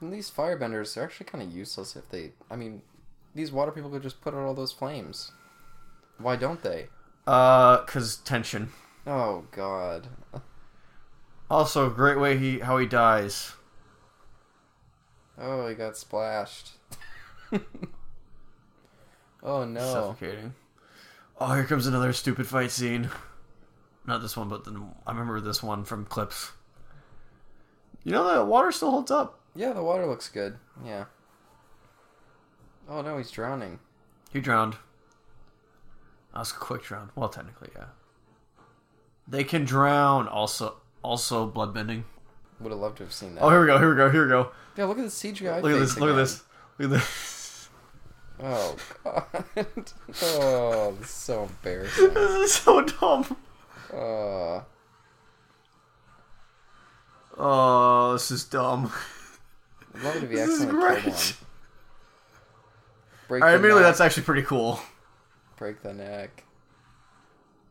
And these firebenders are actually kind of useless if they. I mean, these water people could just put out all those flames. Why don't they?
Uh, cause tension.
Oh god.
Also, great way he how he dies.
Oh, he got splashed. oh no.
suffocating. Oh, here comes another stupid fight scene. Not this one, but then I remember this one from clips. You know the water still holds up.
Yeah, the water looks good. Yeah. Oh no, he's drowning.
He drowned. That was a quick drown. Well, technically, yeah. They can drown. Also, also bloodbending.
Would have loved to have seen that.
Oh, here we go. Here we go. Here we go.
yeah, look at the CGI.
Look at this.
face again.
Look at this. Look at this.
Oh god. oh, this is so embarrassing.
This is so dumb.
Uh,
Oh, this is dumb.
I'd love to be
This is
accidentally killed
great.
one. Break
All right,
the
admittedly,
neck.
that's actually pretty cool.
break the neck.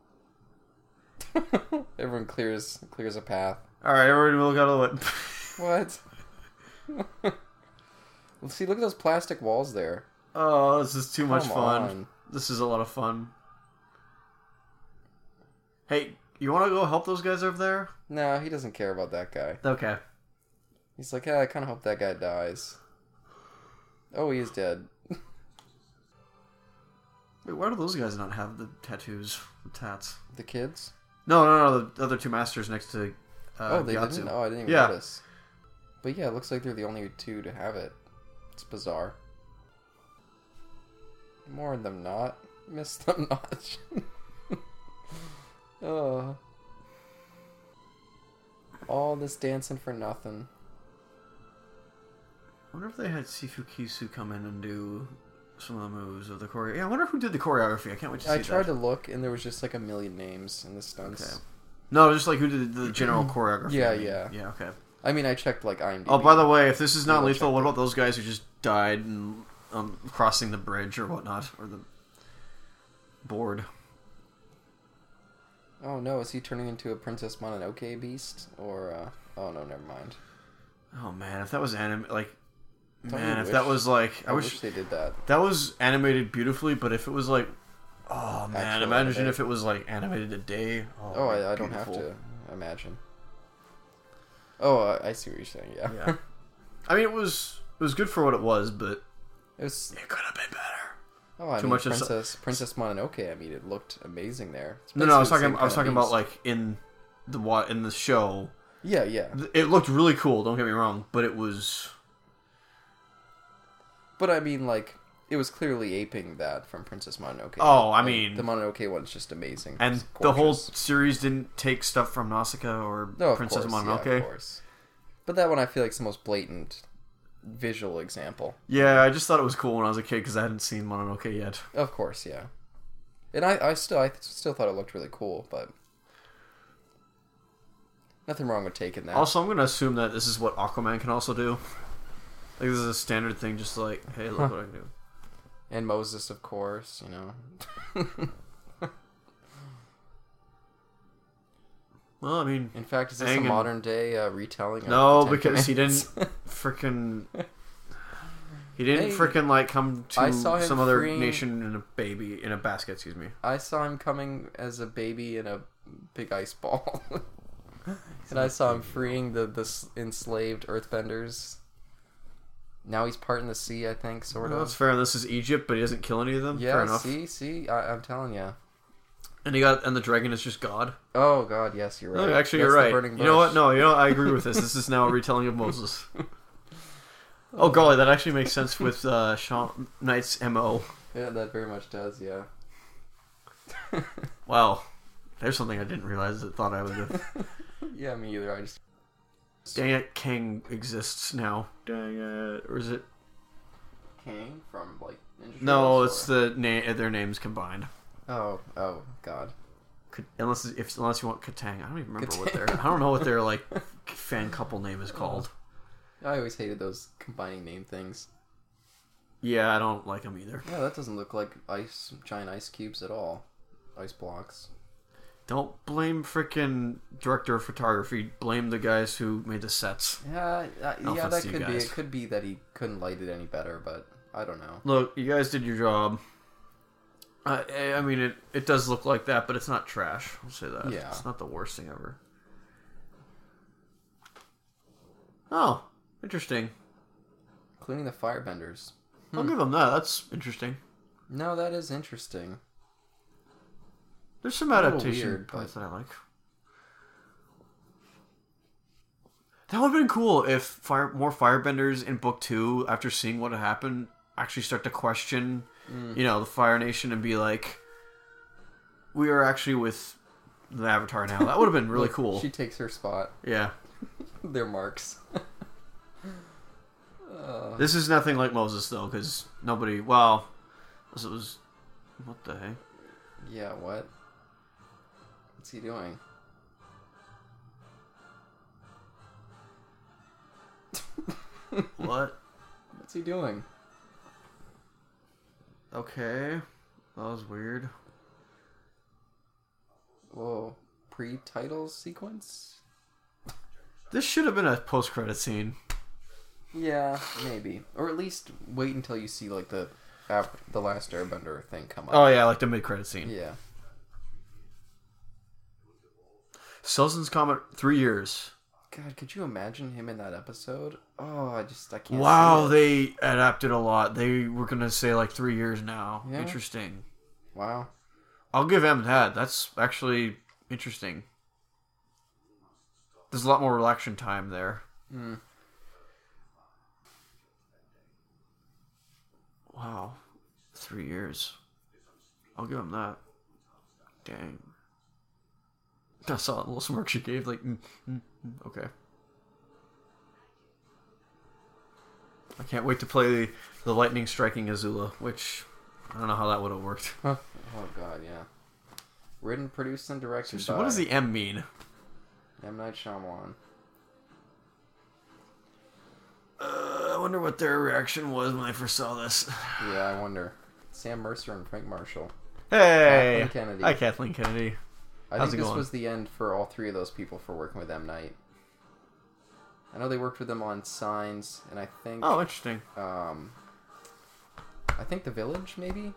Everyone clears clears a path.
All right, everybody, look out of the way.
What? Let's see. Look at those plastic walls there.
Oh, this is too much
Come
fun.
on.
This is a lot of fun. Hey, you want to go help those guys over there?
No, he doesn't care about that guy.
Okay.
He's like, yeah, I kind of hope that guy dies. Oh, he is dead.
Wait, why do those guys not have the tattoos, the tats?
The kids?
No, no, no. The other two masters next to uh,
oh, they
Gyatso.
didn't. Oh, I didn't even
Yeah.
notice. But yeah, it looks like they're the only two to have it. It's bizarre. More of them not. Miss them not. Ugh. All this dancing for nothing.
I wonder if they had Sifu Kisu come in and do some of the moves of the choreo. Yeah, I wonder who did the choreography. I can't wait to see
I tried
that.
to look, and there was just like a million names in the stunts.
Okay. No, just like who did the general choreography.
Yeah,
I mean,
yeah.
yeah. Okay.
I mean, I checked like IMDb.
Oh, by the way, if this is not
We'll
lethal,
check
what about those guys who just died and um, crossing the bridge or whatnot, or the board?
Oh no, is he turning into a Princess Mononoke beast? Or, uh, oh no, never mind.
Oh man, if that was anime, like,
Don't
man,
you
if that
wish?
was like, I,
I,
wish,
wish they did that.
that was animated beautifully, but if it was like, oh man,
Actual
imagine
anime.
if it was like animated today. Oh,
Oh,
it'd be
I, I don't have
beautiful.
to imagine. Oh, I, I see what you're saying. Yeah,
Yeah, I mean, it was it was good for what it was, but
it was.
it could have been better.
Oh, I
Too
mean,
much of so-
Princess Princess Mononoke. I mean, it looked amazing there. It's
No, no, I was
basically the
talking,
same
I was
kind
talking
of
about like in the wa- in the show,
beast. Yeah, yeah.
Th- it looked really cool. Don't get me wrong, but it was
But I mean, like, it was clearly aping that from Princess Mononoke.
Oh, I
And
mean-
the Mononoke one's just amazing.
and
It's
the whole
gorgeous.
series didn't take stuff from Nausicaa or
No, of
Princess
course,
Mononoke.
Yeah, of course. But that one I feel like is the most blatant visual example.
Yeah, I just thought it was cool when I was a kid because I hadn't seen Mononoke yet.
Of course, yeah. And I, I still, I still thought it looked really cool, but nothing wrong with taking that.
Also, I'm gonna assume that this is what Aquaman can also do. Like this is a standard thing, just like, hey, look what I can do.
and Moses, of course, you know.
Well, I mean,
In fact, is this
Hang
a
on.
modern day uh, retelling? of
No,
the Ten
because he
Commandments?
freaking, he didn't
Hey,
freaking like come
I
to
saw him
some other
freeing-
nation in a baby in a basket. Excuse me.
I saw him coming as a baby in a big ice ball, and I saw him freeing the the s- enslaved Earthbenders. Now he's part in the sea, I think, sort
Well, that's
of.
fair. This is Egypt, but he doesn't kill any of them. fair
Yeah,
enough.
see, see, I, I'm telling you.
And he got and the dragon is just God.
Oh God, yes, you're right.
No, actually,
That's
you're
the
right.
burning
You know what?
bush.
No, you know I agree with this. This is now a retelling of Moses. Oh golly, that actually makes sense with uh, Sean Knight's mo.
Yeah, that very much does. Yeah.
Wow, there's something I didn't realize that thought I would have.
Yeah, me either. I just
Dang it, Kang exists now. Dang it, or is it?
came from like. Ninja
No,
Turtles,
it's
or-
the na- their names combined.
Oh, oh God.
K- Unless if unless you want Katang, I don't even remember what
Katang.
their I don't know what their like fan couple name is called.
I always hated those combining name things.
Yeah, I don't like them either.
Yeah, that doesn't look like ice, giant ice cubes at all. Ice blocks.
Don't blame frickin' director of photography. Blame the guys who made the sets.
Yeah, uh,
No
yeah, that
offense to you
could be.
guys.
It could be that he couldn't light it any better, but I don't know.
Look, you guys did your job. I, I I mean, it, it does look like that, but it's not trash. I'll say that.
Yeah.
It's not the worst thing ever. Oh, interesting.
Including the firebenders.
I'll give them that. That's interesting.
No, that is interesting.
There's some
little
adaptation
weird,
parts
but-
that I like. That would have been cool if fire, more firebenders in book two, after seeing what had happened, actually start to question,
Mm.
you know, the Fire Nation and be like, "We are actually with the Avatar now." That would have been really cool.
She takes her spot.
Yeah,
They're marks. Uh.
this is nothing like Moses though, because nobody. Well, this was what the heck?
Yeah, what? What's he doing?
What?
What's he doing?
Okay, that was weird.
Whoa. Pre title sequence?
This should have been a post-credit scene.
Yeah, maybe. Or at least wait until you see, like, the af- the last airbender thing come up.
Oh yeah, like the mid-credit scene.
Yeah.
Selzen's comment three years.
God, could you imagine him in that episode? Oh, I just, I can't.
Wow,
see it.
they adapted a lot. They were gonna say like three years now.
Yeah.
Interesting.
Wow.
I'll give M that. That's actually interesting. There's a lot more relaxation time there.
Mm.
Wow, three years. I'll give him that. Dang. I saw that little smirk she gave. Like, mm, mm, mm, okay. I can't wait to play the, the lightning striking Azula, which I don't know how that would have worked.
Oh, God, yeah. Written, produced, and directed
So
by
what does the M mean?
M. Night Shyamalan.
Uh, I wonder what their reaction was when I first saw this.
Yeah, I wonder. Sam Mercer and Frank Marshall.
Hey,
Kathleen Kennedy.
Hi, Kathleen Kennedy.
I
How's
think
it
this
going?
was the end for all three of those people for working with M Night. I know they worked with them on Signs, and I think,
Oh, interesting.
um, I think The Village maybe.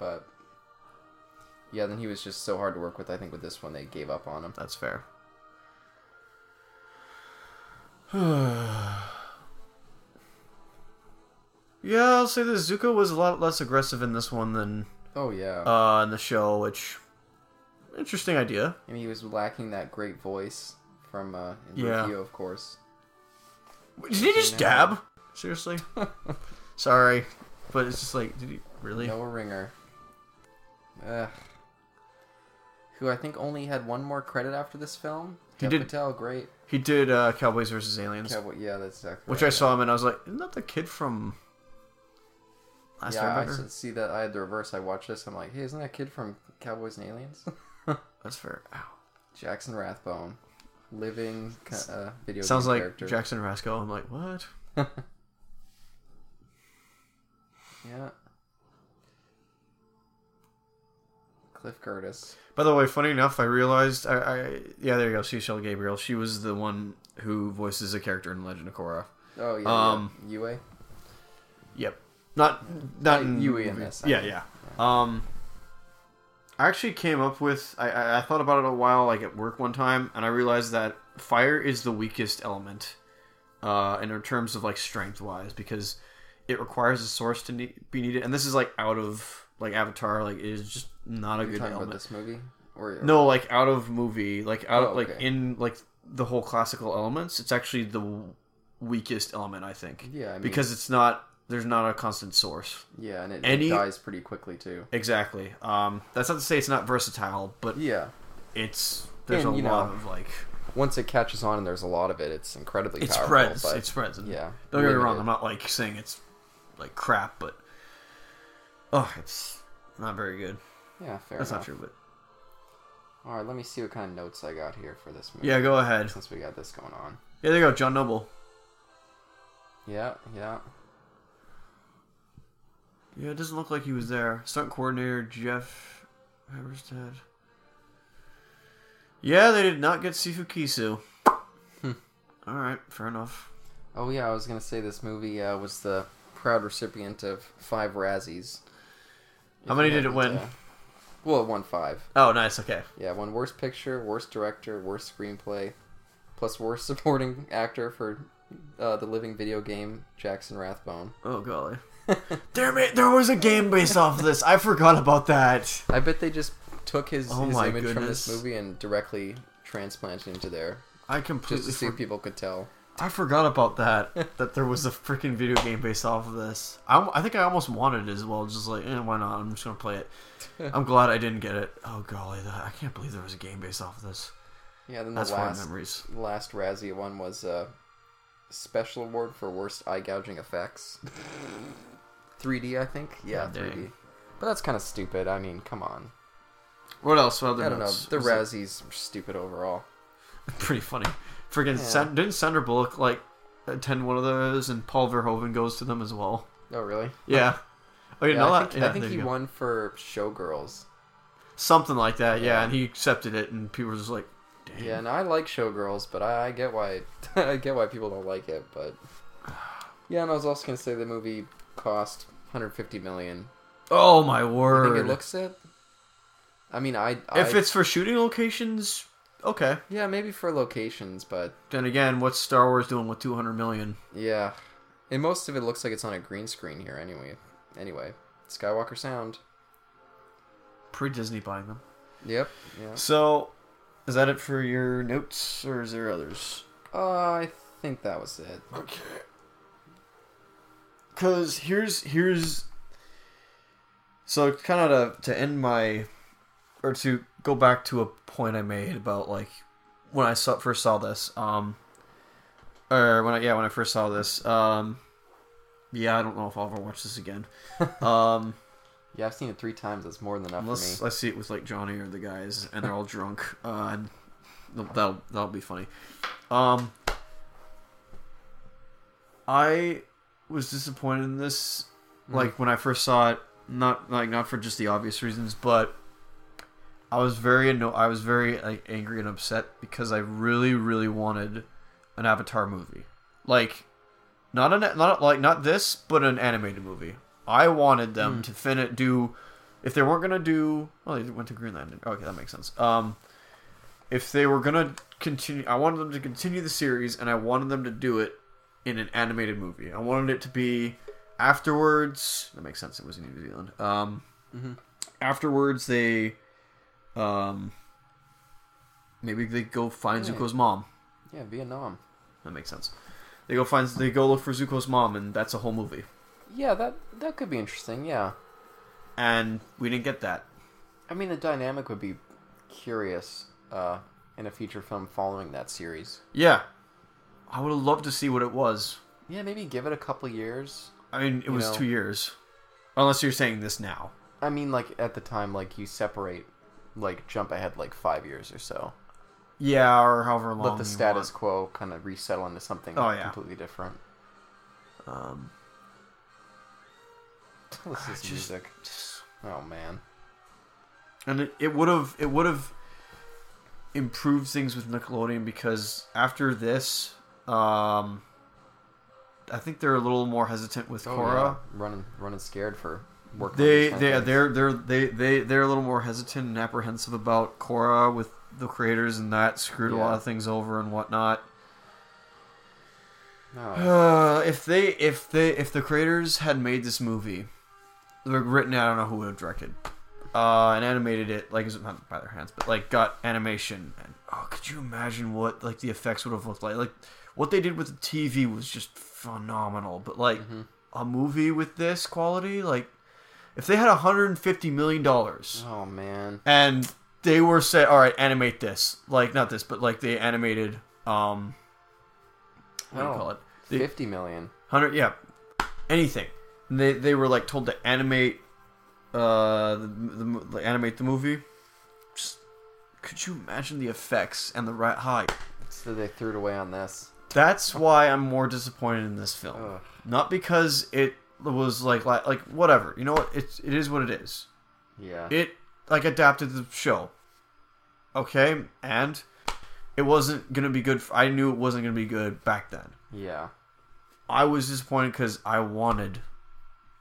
But yeah, then he was just so hard to work with. I think with this one they gave up on him.
That's fair. yeah, I'll say this. Zuko was a lot less aggressive in this one than
Oh yeah,
uh, in the show, which interesting idea.
and he was lacking that great voice from uh, in
Yeah.
Rukio, of course.
Did he just
now-
dab? Seriously? Sorry, but it's just like, did he really?
Noah Ringer. Ugh. Who I think only had one more credit after this film.
He
Dev
did-
Patel, great.
He did uh, Cowboys versus Aliens,
Cowboy, yeah, that's exactly.
which
right,
I
yeah.
saw him and I was like, isn't that the kid from Last
yeah, I
Airbender?
should see that. I had the reverse. I watched this. I'm like, hey, isn't that kid from Cowboys and Aliens?
That's fair. Ow.
Jackson Rathbone, living ca- uh, video
Sounds
game
like
character.
Jackson Rasco. I'm like, what?
Yeah. Cliff Curtis.
By the way, funny enough, I realized I, I yeah, there you go, Cecil Gabriel. She was the one who voices a character in Legend of Korra.
Oh yeah.
Um,
yeah. UA.
Yep. Not not in
Yui in this, E I
Yeah,
mean.
yeah. Um I actually came up with I- I, I thought about it a while like at work one time and I realized that fire is the weakest element uh in terms of like strength wise because it requires a source to ne- be needed and this is like out of like avatar like it is just not a
You're
good
talking
element.
about this movie? Or, or-
No, like out of movie, like out
Oh,
of like
okay.
in like the whole classical elements, it's actually the w- weakest element I think.
Yeah, I mean-
because it's not there's not a constant source.
Yeah, and it,
Any-
it dies pretty quickly too.
Exactly. Um, that's not to say it's not versatile, but
Yeah.
it's there's
And,
a
you
lot
know,
of like
Once it catches on and there's a lot of it, it's incredibly
it
powerful.
spreads.
but-
It spreads. And
yeah,
Don't get me wrong.
limited.
I'm not like saying it's like crap, but oh, it's not very good.
yeah, fair
That's
enough.
not true, but
All right, let me see what kind of notes I got here for this movie.
yeah, go ahead.
Since we got this going on.
Yeah, there you go, John Noble.
Yeah, yeah.
Yeah, it doesn't look like he was there. Stunt coordinator Jeff Haberstad. Yeah, they did not get Sifu Kisu. Hmm. All right, fair enough.
Oh yeah, I was gonna say this movie uh, was the proud recipient of five Razzies.
How many
If
did it
you
win?
haven't, uh, well, it won five.
Oh, nice. Okay.
Yeah, it won worst picture, worst director, worst screenplay, plus worst supporting actor for uh, the living video game Jackson Rathbone.
Oh golly. Damn it! There was a game based off of this. I forgot about that.
I bet they just took his,
Oh
his
my
image from this
goodness.
movie and directly transplanted into there,
I
just
completely
to see
for-
if people could tell.
I forgot about that. that there was a freaking video game based off of this. I, I think I almost wanted it as well. Just like, eh, why not? I'm just gonna play it. I'm glad I didn't get it. Oh golly, that, I can't believe there was a game based off of this.
Yeah, then the
That's my
last
memories.
last Razzie one was uh, special award for worst eye gouging effects. 3D, I think. Yeah,
God
3D.
dang.
But that's kind of stupid. I mean, come on.
What else? What other
I don't know.
notes?
The
Was it-
Razzies are stupid overall.
pretty funny. Freaking San- didn't Sandra Bullock like attend one of those, and Paul Verhoeven goes to them as well.
Oh, really?
Yeah. Oh, you
Yeah,
know
I
that?
think,
Yeah,
I think
there
he
you go.
won for Showgirls.
something like that. Yeah,
Yeah.
and he accepted it, and people were just like, "Damn,
Yeah, and I like Showgirls, but I, I get why I get why people don't like it. But yeah, and I was also gonna say the movie cost 150 million.
oh my
I
word!"
think it looks it. I mean, I
if
I-
it's for shooting locations, okay.
yeah, maybe for locations, but
Then again, what's Star Wars doing with 200 million?
yeah, and most of it looks like it's on a green screen here anyway. Anyway, Skywalker Sound.
Pre Disney buying them.
Yep. Yeah.
So, is that it for your notes, or is there others?
Uh, I think that was it.
Okay. Cause here's here's so kind of to, to end my or to go back to a point I made about like when I saw first saw this um or when I yeah when I first saw this um yeah I don't know if I'll ever watch this again um
Yeah, I've seen it three times. That's more than enough
unless
for me.
I see it with like Johnny or the guys and they're all drunk uh and that'll that'll be funny um I was disappointed in this,
Hmm.
like when I first saw it. Not like not for just the obvious reasons, but I was very anno- I was very like, angry and upset because I really, really wanted an Avatar movie, like not an not like not this, but an animated movie. I wanted
Hmm.
them to fin do if they weren't gonna do. Oh, they went to Greenland. Okay, that makes sense. Um, if they were gonna continue, I wanted them to continue the series, and I wanted them to do it in an animated movie. I wanted it to be afterwards. That makes sense. It was in New Zealand. Um, Afterwards, they, um, maybe they go find
Yeah.
Zuko's mom.
Yeah, Vietnam.
That makes sense. They go find. They go look for Zuko's mom, and that's a whole movie.
Yeah, that that could be interesting. Yeah.
And we didn't get that.
I mean, the dynamic would be curious uh, in a feature film following that series.
Yeah, I would have loved to see what it was.
Yeah, maybe give it a couple years.
I mean, it was
know.
two years. Unless you're saying this now.
I mean, like at the time, like you separate, like jump ahead like five years or so.
Yeah, or however long.
Let the
Oh, you
status
want.
quo kind of resettle into something
Oh, yeah.
completely different.
Um,
This is
just-
music. Oh man.
and it- it would have it would have improved things with Nickelodeon because after this, um, I think they're a little more hesitant with Korra.
Oh, yeah. running, running scared for work.
Oh, They they they're they're they they they're a little more hesitant and apprehensive about Korra with the creators and that screwed a
Yeah.
lot of things over and whatnot.
No.
Uh, if they if they if the creators had made this movie, they're written I don't know who would have directed, uh, and animated it like not by their hands, but like got animation. And, oh, could you imagine what like the effects would have looked like? Like what they did with the TV was just phenomenal. But like a movie with this quality, like if they had 150 million dollars
Oh man.
and they were say, all right, animate this, like not this, but like they animated um, what do
Oh,
you call it? They-
Fifty million.
Hundred, yeah, anything. And they they were like told to animate, uh, the, the, like, animate the movie. Just, could you imagine the effects and the right high?
So they threw it away on this.
That's why I'm more disappointed in this film.
Ugh.
Not because it was like like, like whatever. You know what? It's it is what it is.
Yeah.
It like adapted the show. Okay, and it wasn't gonna be good. For, I knew it wasn't gonna be good back then.
yeah.
I was disappointed because I wanted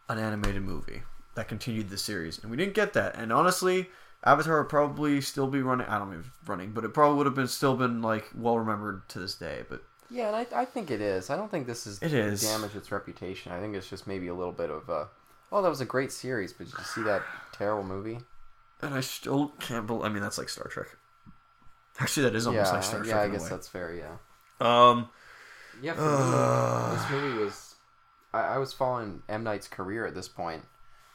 an animated movie that continued the series, and we didn't get that. And honestly, Avatar would probably still be running. I don't mean running, but it probably would have been still been like well remembered to this day. But
Yeah, and I, I think it is. I don't think this is
It is.
damage its reputation. I think it's just maybe a little bit of uh, oh, that was a great series, but did you see that terrible movie?
And I still can't believe. I mean, that's like Star Trek. Actually, that is almost
yeah,
like Star Trek.
yeah, I
in a
guess
way.
that's fair. Yeah,
Um,
yeah. For me,
uh,
this movie was. I, I was following M Knight's career at this point,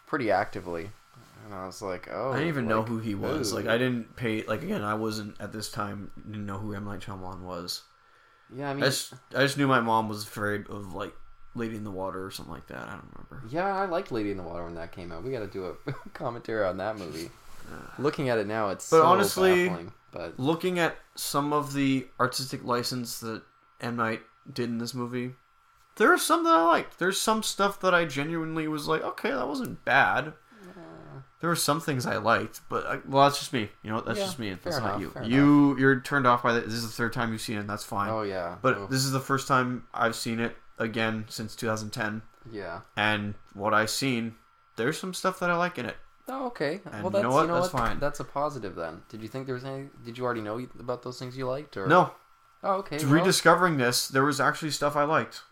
pretty actively, and I was like, oh,
I didn't even know
like,
who he was.
ooh.
Like, I didn't pay. Like again, I wasn't at this time didn't know who M Night Shyamalan was.
Yeah, I
I
mean,
just, I just knew my mom was afraid of like Lady in the Water or something like that. I don't remember.
yeah, I liked Lady in the Water when that came out. We got to do a commentary on that movie. Looking at it now, it's
But
so
honestly-
baffling, but
Looking at some of the artistic license that M Night did in this movie, there are some that I liked. There's some stuff that I genuinely was like, okay, that wasn't bad. There were some things I liked, but I, well, that's just me. You know, that's
Yeah,
just me.
fair
That's not
enough,
you.
fair
You, you're turned off by that. This is the third time you've seen it. and That's fine.
oh yeah,
But
Oh,
this is the first time I've seen it again since 2010,
yeah.
and what I've seen, there's some stuff that I like in it.
Oh, okay.
And
well, that's you know what? That's,
fine.
a positive then. Did you think there was any? Did you already know about those things you liked? Or
No,
Oh, okay.
to
Well,
rediscovering this, there was actually stuff I liked.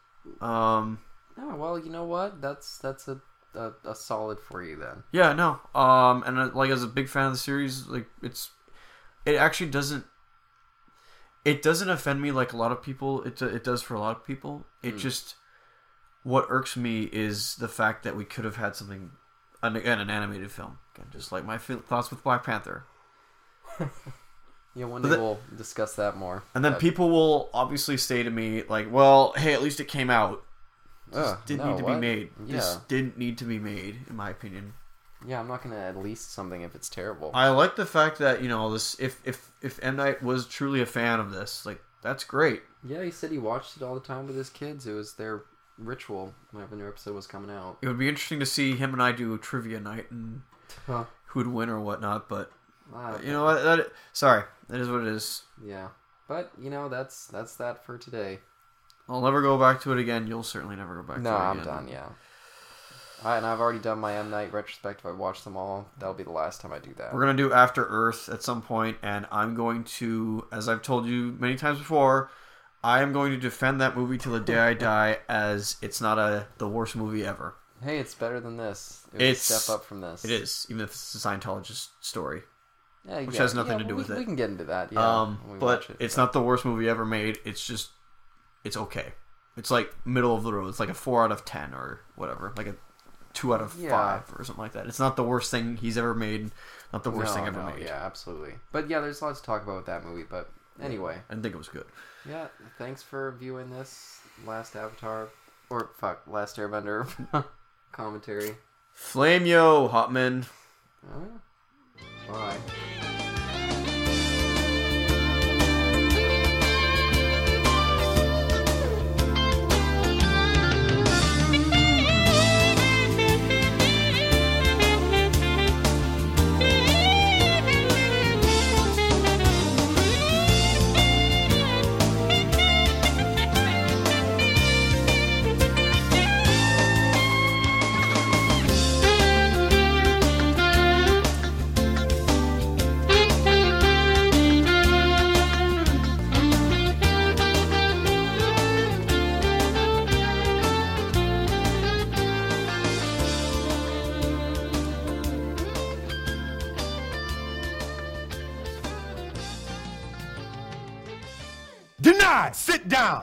Um,
oh, well, you know what? That's that's a, a a solid for you then.
yeah, no, um, and uh, like as a big fan of the series, like it's, it actually doesn't. It doesn't offend me like a lot of people. It uh, it does for a lot of people. It
Hmm.
just, what irks me is the fact that we could have had something, an, again, an animated film. Again, just like my feel- thoughts with Black Panther.
Yeah, one
But
day
the-
we'll discuss that more.
And then
But-
people will obviously say to me, like, well, hey, at least it came out. This
Ugh,
didn't
no,
need to
what?
be made. This
Yeah.
didn't need to be made, in my opinion.
Yeah, I'm not gonna at least something if it's terrible.
I like the fact that, you know, this if if if M Night was truly a fan of this, like, that's great.
Yeah, he said he watched it all the time with his kids. It was their ritual whenever the new episode was coming out.
It would be interesting to see him and I do a trivia night and
Huh.
who'd win or whatnot, but
Ah,
you know what that sorry, that is what it is.
Yeah, but you know that's that's that for today.
I'll never go back to it again. You'll certainly never go back
No,
to it
I'm
again.
done. Yeah, I, and I've already done my M Night retrospective. I watched them all. That'll be the last time I do that.
We're gonna do After Earth at some point, and I'm going to, as I've told you many times before, I am going to defend that movie till the day I die, as it's not a the worst movie ever.
Hey, it's better than this. It was a
It's-
step up from this.
It is, even if it's a Scientologist story.
Yeah,
Which
yeah,
has nothing
yeah,
to do
we,
with it.
We can get into that. Yeah, when
um,
we
but
watch it,
it's not the worst movie ever made. It's just, it's okay. It's like middle of the road. It's like a four out of ten or whatever, like a two out of
Yeah.
five or something like that. It's not the worst thing he's ever made. Not the worst
No,
thing ever
no,
made.
Yeah, absolutely. But yeah, there's lots to talk about with that movie. But anyway,
I think it was good.
yeah, thanks for viewing this last Avatar or fuck last Airbender commentary.
Flame yo, Hotman.
Uh, bye.
Denied! Sit down!